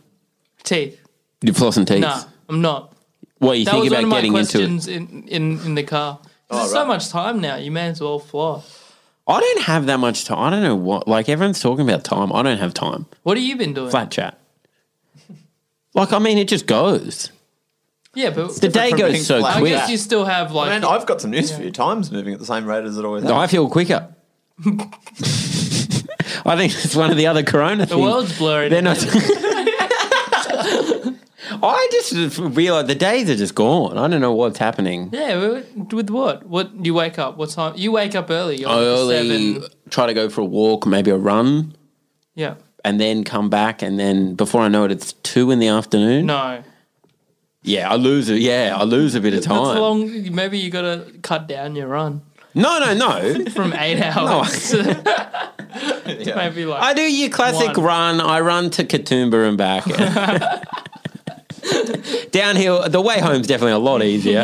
D: Teeth.
B: You flossing teeth?
D: Nah, I'm not.
B: What do you
D: That
B: think
D: was
B: about
D: one of my
B: getting into it? Oh,
D: questions in, in, in the car. There's
C: right.
D: so much time now. You may as well floss.
B: I don't have that much time. I don't know what. Like everyone's talking about time. I don't have time.
D: What have you been doing?
B: Flat chat. Like I mean, it just goes.
D: Yeah, but
B: The day
C: from being
B: goes so
C: flat
D: I
B: quick.
D: guess you still have like.
C: And I've got some news for you. Time's moving at the same rate as it always has.
B: I feel quicker. I think it's one of the other corona
D: the
B: things.
D: world's blurry.
B: They're not. I just realized the days are just gone. I don't know what's happening.
D: Yeah, with- with what? What you wake up? What time? You wake up early. You're
B: I
D: like
B: early
D: Seven.
B: try to go for a walk, maybe a run,
D: Yeah.
B: and then come back, and then before I know it, it's two in the afternoon.
D: No.
B: Yeah, I lose it. Yeah, I lose a bit of time.
D: That's long. Maybe you gotta cut down your run
B: No, no, no.
D: from eight hours. to Maybe like
B: I do your classic
D: One.
B: run. I run to Katoomba and back. Downhill, the way home's definitely a lot easier.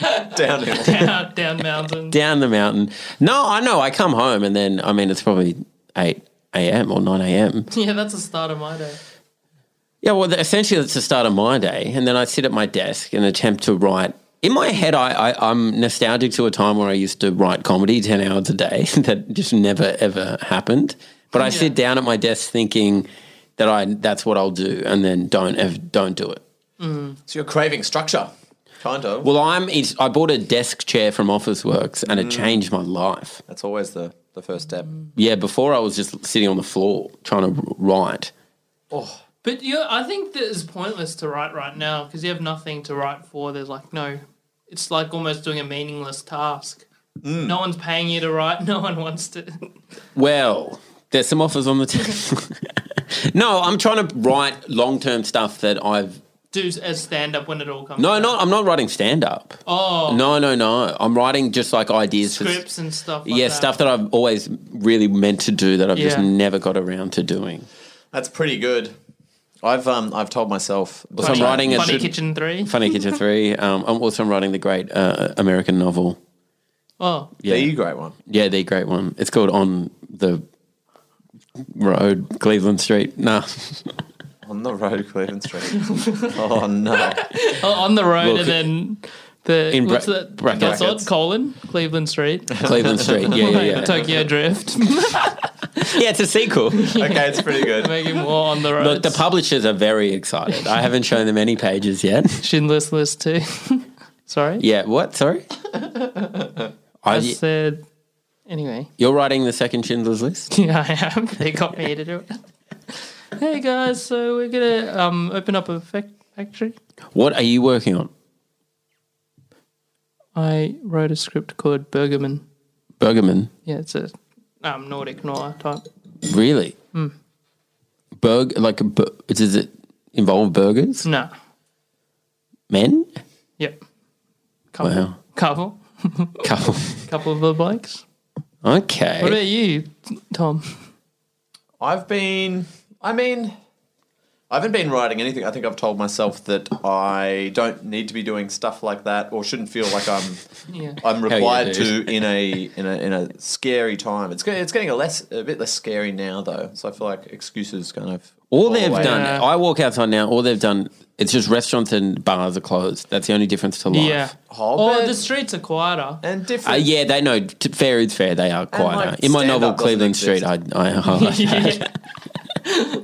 C: Downhill.
D: down, down mountain.
B: Down the mountain. No, I know. I come home and then, I mean, it's probably 8 a.m. or 9 a.m.
D: Yeah, that's the start of my day.
B: Yeah, well, th- essentially, that's the start of my day. And then I sit at my desk and attempt to write. In my head, I, I, I'm nostalgic to a time where I used to write comedy 10 hours a day that just never, ever happened. But I sit down at my desk thinking that I that's what I'll do and then don't ever, don't do it.
C: so you're craving structure, kind of.
B: Well, I'm it's, I bought a desk chair from Office Works and it changed my life.
C: That's always the the first step.
B: Yeah, before I was just sitting on the floor trying to write.
D: But you, I think that it's pointless to write right now because you have nothing to write for. There's like no, it's like almost doing a meaningless task.
B: Mm.
D: No one's paying you to write. No one wants to.
B: Well, there's some offers on the table. no, I'm trying to write long term stuff that I've.
D: do as stand up when it all comes.
B: No,
D: out.
B: no, I'm not writing stand up.
D: Oh,
B: No, no, no. I'm writing just like ideas
D: scripts and stuff.
B: For,
D: Like
B: yeah,
D: that.
B: stuff that I've always really meant to do that I've just
D: Yeah.
B: never got around to doing.
C: That's pretty good. I've um I've told myself.
B: So I'm writing a
D: Funny
B: should-
D: Kitchen Three.
B: Funny Kitchen 3. Um, I'm also writing the great uh, American novel.
D: Oh,
B: Yeah.
C: The great one.
B: Yeah, the great one. It's called On the Road, Cleveland Street. Nah.
C: On the road, Cleveland Street. oh no.
D: Oh, on the road
B: Look,
D: and then the
B: in bra-
D: what's that?
B: brackets.
D: That's odd. Colon Cleveland Street.
B: Cleveland Street. Yeah, yeah, yeah.
D: Tokyo Drift.
B: Yeah, it's a sequel.
C: Okay, it's pretty good.
D: Making more on the road.
B: Look, the publishers are very excited. I haven't shown them any pages yet.
D: Schindler's List too. Sorry,
B: Yeah, what? Sorry?
D: I
B: Are you,
D: said. Anyway,
B: you're writing the second Schindler's List?
D: yeah, I am. They got me to do it. hey guys, so we're gonna um, open up a fac- factory.
B: What are you working on?
D: I wrote a script called Bergman.
B: Bergman.
D: Yeah, it's a um, Nordic noir type.
B: Really?
D: Hmm.
B: Berg, like, a bur- does it involve burgers?
D: No,
B: Men?
D: yep. Couple,
B: Wow.
D: couple,
B: Couple.
D: couple of the blokes.
B: Okay.
D: What about you, Tom?
C: I've been. I mean, I haven't been writing anything. I think I've told myself that I don't need to be doing stuff like that, or shouldn't feel like I'm
D: Yeah.
C: I'm
B: yeah,
C: required to
B: dude.
C: in a in a in a scary time. It's get- it's getting a less a bit less scary now though. So I feel like excuses kind of
B: All
C: fall
B: they've
C: away.
B: done,
D: Oh, Yeah.
B: I walk outside now. All they've done, it's just restaurants and bars are closed. That's the only difference to life.
D: Yeah.
C: Hobbit.
D: Or the streets are quieter.
C: and
B: Uh,
C: different.
B: yeah, they know. T- fair is fair. They are quieter.
C: like,
B: In my
C: stand-up
B: novel
C: doesn't
B: Cleveland Street,
C: exist.
B: I, I highlight that.
D: Yeah.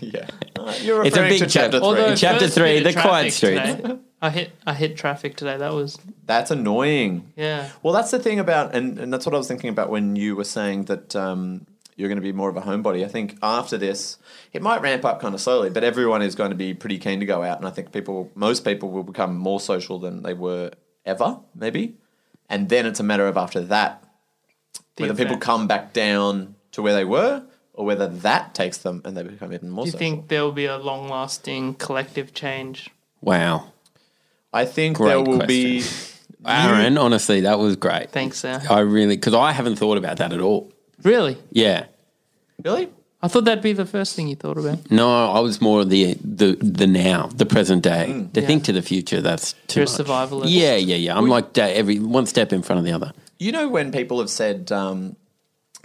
C: yeah. Uh, you're
B: It's a
C: referring
B: big
C: to chapter
B: chap-
C: three.
D: Although
B: Chapter
D: first
B: three,
D: bit of
B: the quiet
D: traffic today, I hit I hit traffic today. That was
C: That's annoying.
D: yeah.
C: Well, that's the thing about, and, and that's what I was thinking about when you were saying that um, you're going to be more of a homebody. I think after this, it might ramp up kind of slowly, but everyone is going to be pretty keen to go out. And I think people, most people will become more social than they were ever, maybe. And then it's a matter of after that,
D: The
C: whether people
D: effect.
C: come back down to where they were or whether that takes them and they become even more
D: Do you
C: social.
D: think there will be a long lasting collective change?
B: Wow.
C: I think
B: Great
C: there will be.
B: Aaron, honestly, that was great.
D: Thanks, Al.
B: I really, because I haven't thought about that at all.
D: Really?
B: Yeah.
C: Really?
D: I thought that'd be the first thing you thought about.
B: No, I was more the the the now, the present day.
C: Mm.
B: To
D: Yeah.
B: think to the future, that's too
D: You're a
B: much.
D: survivalist.
B: Yeah, yeah, yeah. I'm like day, every one step in front of the other.
C: You know when people have said um,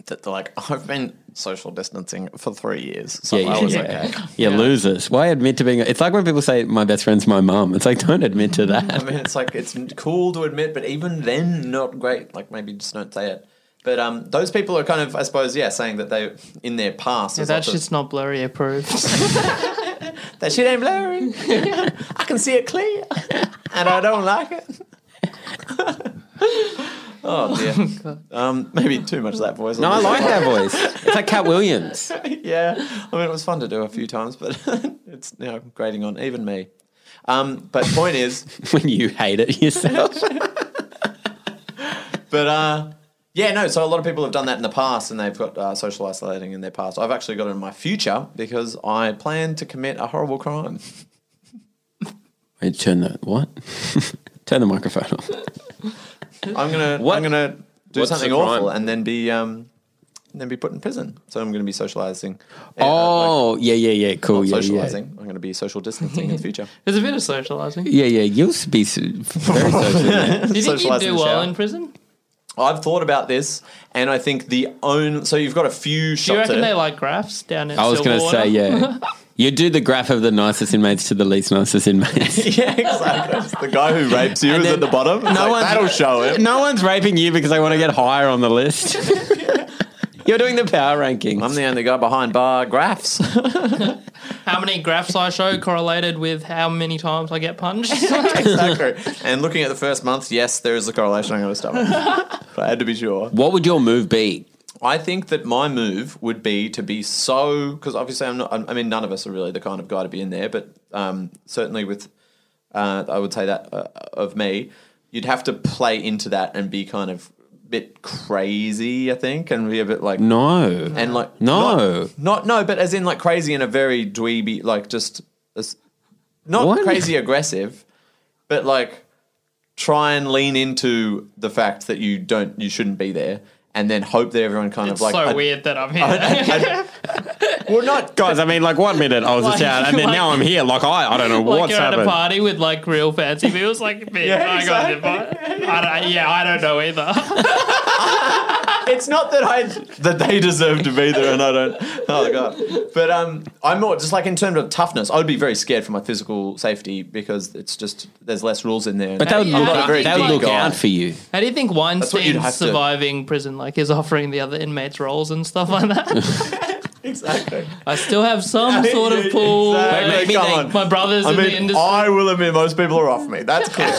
C: that they're like, I've been social distancing for three years, so
B: Yeah,
C: I
B: yeah,
C: was
B: yeah.
C: Oh, okay.
B: Yeah,
D: Yeah.
B: losers. Why admit to being? It's like when people say my best friend's my mum. It's like don't admit to
C: I
B: that.
C: mean, it's like it's cool to admit, but even then, not great. Like maybe just don't say it. But um, those people are kind of, I suppose, yeah, saying that they in their past.
D: Yeah,
C: there's
D: that
C: lots of-
D: shit's not blurry approved.
C: that shit ain't blurry. I can see it clear, and I don't like it. oh dear. um, maybe too much of that voice.
B: No, I like that voice. It's like Cat Williams.
C: yeah, I mean, it was fun to do a few times, but it's now grating on even me. Um, but point is,
B: When you hate it yourself.
C: but uh, yeah, no. So a lot of people have done that in the past, and they've got uh, social isolating in their past. I've actually got it in my future because I plan to commit a horrible crime.
B: Wait, turn the what? turn the microphone off.
C: I'm gonna,
B: What-
C: I'm gonna do
B: what's
C: something
B: the crime?
C: awful, and then be, um, and then be put in prison. So I'm gonna be socializing. uh, like,
B: Oh, yeah, yeah, yeah. Cool. Yeah, yeah.
C: socializing. I'm gonna be social distancing in the future.
D: There's a bit of socializing.
B: Yeah, yeah. You'll be s- very social.
D: Do you think you
C: Socialising
D: do
C: in the
D: well
C: shower.
D: in prison?
C: I've thought about this, and I think the own. So you've got a few shots.
D: Do you
C: at
D: reckon
C: it.
D: they like graphs down in
B: I was going to
D: Silverwater?
B: say, yeah. You do the graph of the nicest inmates to the least nicest inmates.
C: Yeah, exactly. It's the guy who rapes you is
B: then-
C: at the bottom. It's like,
B: one's-
C: that'll show him.
B: no one's raping you because they want to get higher on the list. You're doing the power rankings.
C: I'm the only guy behind bar graphs.
D: How many graphs I show correlated with how many times I get punched?
C: exactly. And looking at the first month, yes, there is a correlation. I'm going to stop. but I had to be sure.
B: what would your move be?
C: I think that my move would be to be so because obviously I'm not. I'm- I mean, none of us are really the kind of guy to be in there, but um, certainly with, uh, I would say that uh, of me, you'd have to play into that and be kind of bit crazy. I think and be a bit like
B: No.
C: and like
B: No.
C: not, not no, but as in like crazy in a very dweeby, like just as, not
B: What?
C: crazy aggressive, but like try and lean into the fact that you don't, you shouldn't be there, and then hope that everyone kind
D: it's
C: of like
D: so
C: I-
D: weird that I'm here.
C: I- well, not
B: Guys, I mean, like one minute I was
D: Like- like-
B: here. Like, I, I don't know
D: like you're at a party with like real fancy people. It's like, bitch,
C: Yeah,
D: I got an invite. I don't, yeah, I don't know either.
C: it's not that I that they deserve to be there, and I don't. Oh god! But um, I'm more just like in terms of toughness. I would be very scared for my physical safety because it's just there's less rules in there.
B: But they would
D: Yeah,
B: look,
D: I'm not a very
B: they would
D: big
B: look
C: guy.
B: out for you.
D: How do you think
C: what you'd
D: Weinstein
C: have to-
D: surviving prison like is offering the other inmates roles and stuff like that?
C: exactly.
D: I still have some sort of pool.
C: Exactly.
D: Like,
C: Come on.
D: My brother's
C: I
D: in the
C: mean,
D: industry.
C: I will admit most people are off me. That's clear.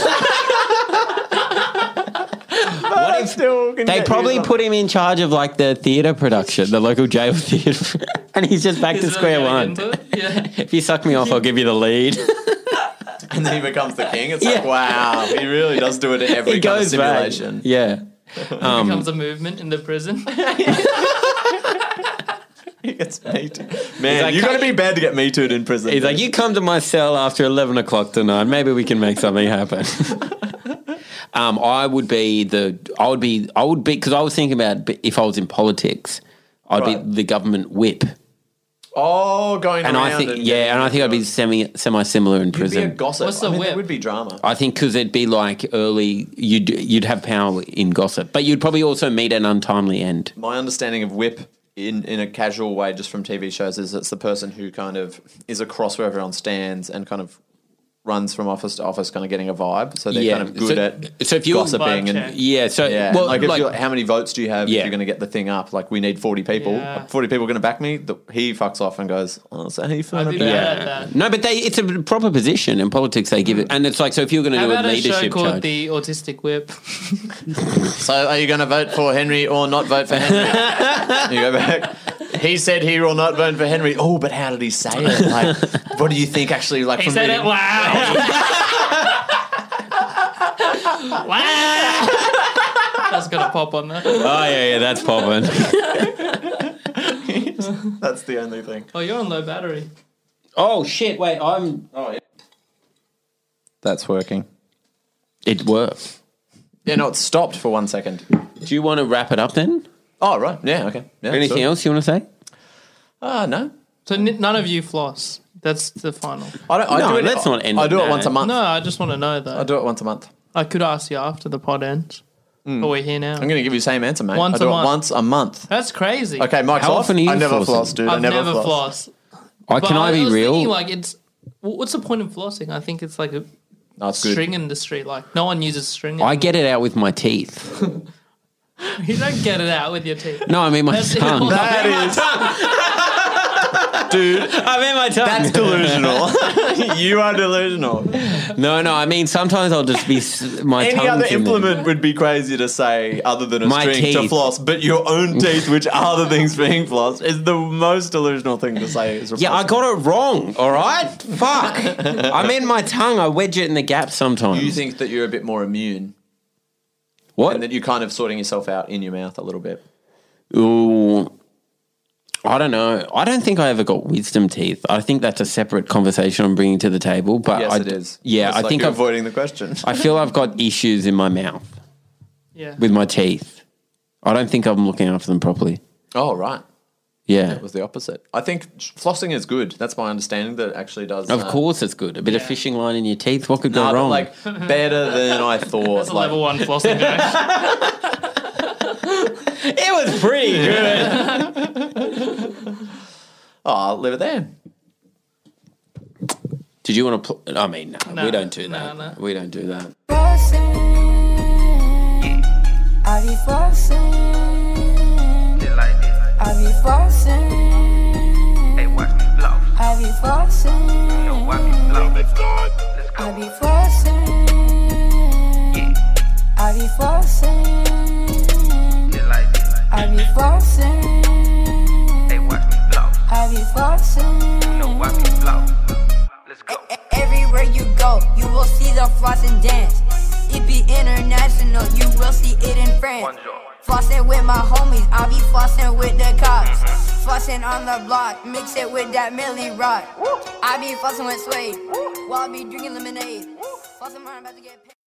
C: what if still can
B: They
C: get
B: probably
C: you
B: put him in charge of like the theatre production, the local jail theatre, and he's just back
D: Is
B: to
D: it
B: square
D: really
B: one.
D: into it? Yeah.
B: If you suck me off, I'll give you the lead.
C: something. and then he becomes the king. It's
B: Yeah.
C: like wow, he really does do it at every
B: He
C: kind of
B: goes back.
C: simulation.
B: Yeah.
D: becomes a movement in the prison.
C: He gets me too. Man,
B: like,
C: you got to
B: "Can't
C: be bad to get me too'd in prison.
B: He's like, you come to my cell after 11 o'clock tonight. Maybe we can make something happen. um, I would be the, I would be, I would be, because I was thinking about if I was in politics, I'd
C: Right.
B: be the government whip.
C: Oh, going
B: And
C: around
B: I think,
C: and
B: yeah, and I think I'd be semi semi similar in
C: You'd be a
B: prison.
C: gossip.
D: What's
C: I
D: the
C: mean, there
D: whip?
C: would be drama.
B: I think because it'd be like early, you'd you'd have power in gossip, but you'd probably also meet an untimely end.
C: my understanding of whip in, in a casual way just from TV shows is it's the person who kind of is across where everyone stands and kind of runs from office to office kind of getting a vibe. So they're
B: Yeah.
C: kind of good
B: So-
C: at
B: so if you're-
C: gossiping
D: Vibe check.
C: and
B: Yeah, so
C: yeah.
B: well,
C: like,
B: like,
C: if you're, how many votes do you have if
B: Yeah.
C: you're going to get the thing up? Like we need 40 people.
D: Yeah.
C: 40 people going to back me. The, he fucks off and goes, oh, so how you feeling
D: I'd be
C: about that?
D: bad at that.
B: no, but they it's a proper position in politics. They give it, and it's like so if you're going to
D: How
B: do a
D: about a show
B: leadership
D: called
B: charge,
D: The Autistic Whip?
C: So are you going to vote for Henry or not vote for Henry? you go back. He said he will not vote for Henry. Oh, but how did he say it? Like, what do you think actually? Like,
D: He
C: from
D: said
C: reading-
D: it loud. Loud. That's gonna pop on there.
B: oh yeah, yeah, that's popping.
C: That's the only thing.
D: Oh, you're on low battery.
B: oh shit! Wait, I'm.
C: That's working.
B: It worked.
C: Yeah, no, it stopped for one second.
B: Do you want to wrap it up then?
C: Oh, right. Yeah, okay. Yeah,
B: Anything
C: sure.
B: else you want to say?
C: Ah, no.
D: So n- none of you floss. That's the final.
C: I don't. I
B: No,
C: do it,
B: let's not end
C: I
B: it
C: do it
B: there.
C: once a month.
D: No, I just want to know
C: I
D: though.
C: do it once a month.
D: I could ask you after the pod ends. But we're here now.
C: I'm going to give you the same answer, mate.
D: Once
C: I do
D: a
C: it
D: month.
C: once a month.
D: That's crazy.
C: Okay, Mike's
B: How
C: off.
B: often are you
C: I never
B: flossing?
C: floss, dude. I
D: I've
C: never,
D: never
C: floss.
D: floss.
B: I can I, be
D: was
B: real?
D: Thinking, like it's wh- what's the point of flossing? I think it's like a
C: That's good.
D: string industry. Like no one uses string.
B: I get it out with my teeth.
D: you don't get it out with your teeth.
B: No, I mean my
D: That's it.
B: tongue.
C: That is, dude.
B: I mean my tongue.
C: That's delusional. you are delusional.
B: no, no. I mean sometimes I'll just be s- my
C: Any
B: tongue.
C: other implement would be crazy to say other than a
B: My
C: string to
B: teeth.
C: floss, but your own teeth, which are the things being flossed, is the most delusional thing to say. Is
B: Yeah, I
C: replacement.
B: got it wrong. All right, fuck. I meant my tongue. I wedge it in the gap sometimes.
C: You think that you're a bit more immune
B: what?
C: and that you're kind of sorting yourself out in your mouth a little bit.
B: Ooh. I don't know. I don't think I ever got wisdom teeth. I think that's a separate conversation I'm bringing to the table. But
C: Yes,
B: I,
C: it is.
B: Yeah,
C: It's
B: I
C: like
B: think
C: you're
B: I've,
C: avoiding the question.
B: I feel I've got issues in my mouth
D: Yeah.
B: with my teeth. I don't think I'm looking after them properly.
C: Oh, right.
B: Yeah,
C: It was the opposite. I think flossing is good. That's my understanding that it actually does.
B: of
C: uh,
B: course it's good. A bit of
D: Yeah.
B: fishing line in your teeth. What could
C: no,
B: go
C: but,
B: wrong?
C: Like better than I thought.
D: That's a
C: like,
D: level one flossing guy.
B: it was pretty good.
C: oh, I'll leave it there.
B: Did you want to? Pl- I mean, no,
D: No,
B: we don't do
D: no,
B: that.
D: no.
B: We don't do that.
E: Flossing. I be flossing. I be flossing. I be flossing. I be flossing. I be flossing. I be flossing. I be flossing.
F: Let's go.
E: E- Everywhere you go, you will see the floss and dance. It be international, you will see it in France. Flossin' with my homies, I'll be flossin' with the cops. Flossin' on the block, mix it with that Millie Rock. I be flossin' with Suede, while I be drinking lemonade. Flossin' I'm about to get paid.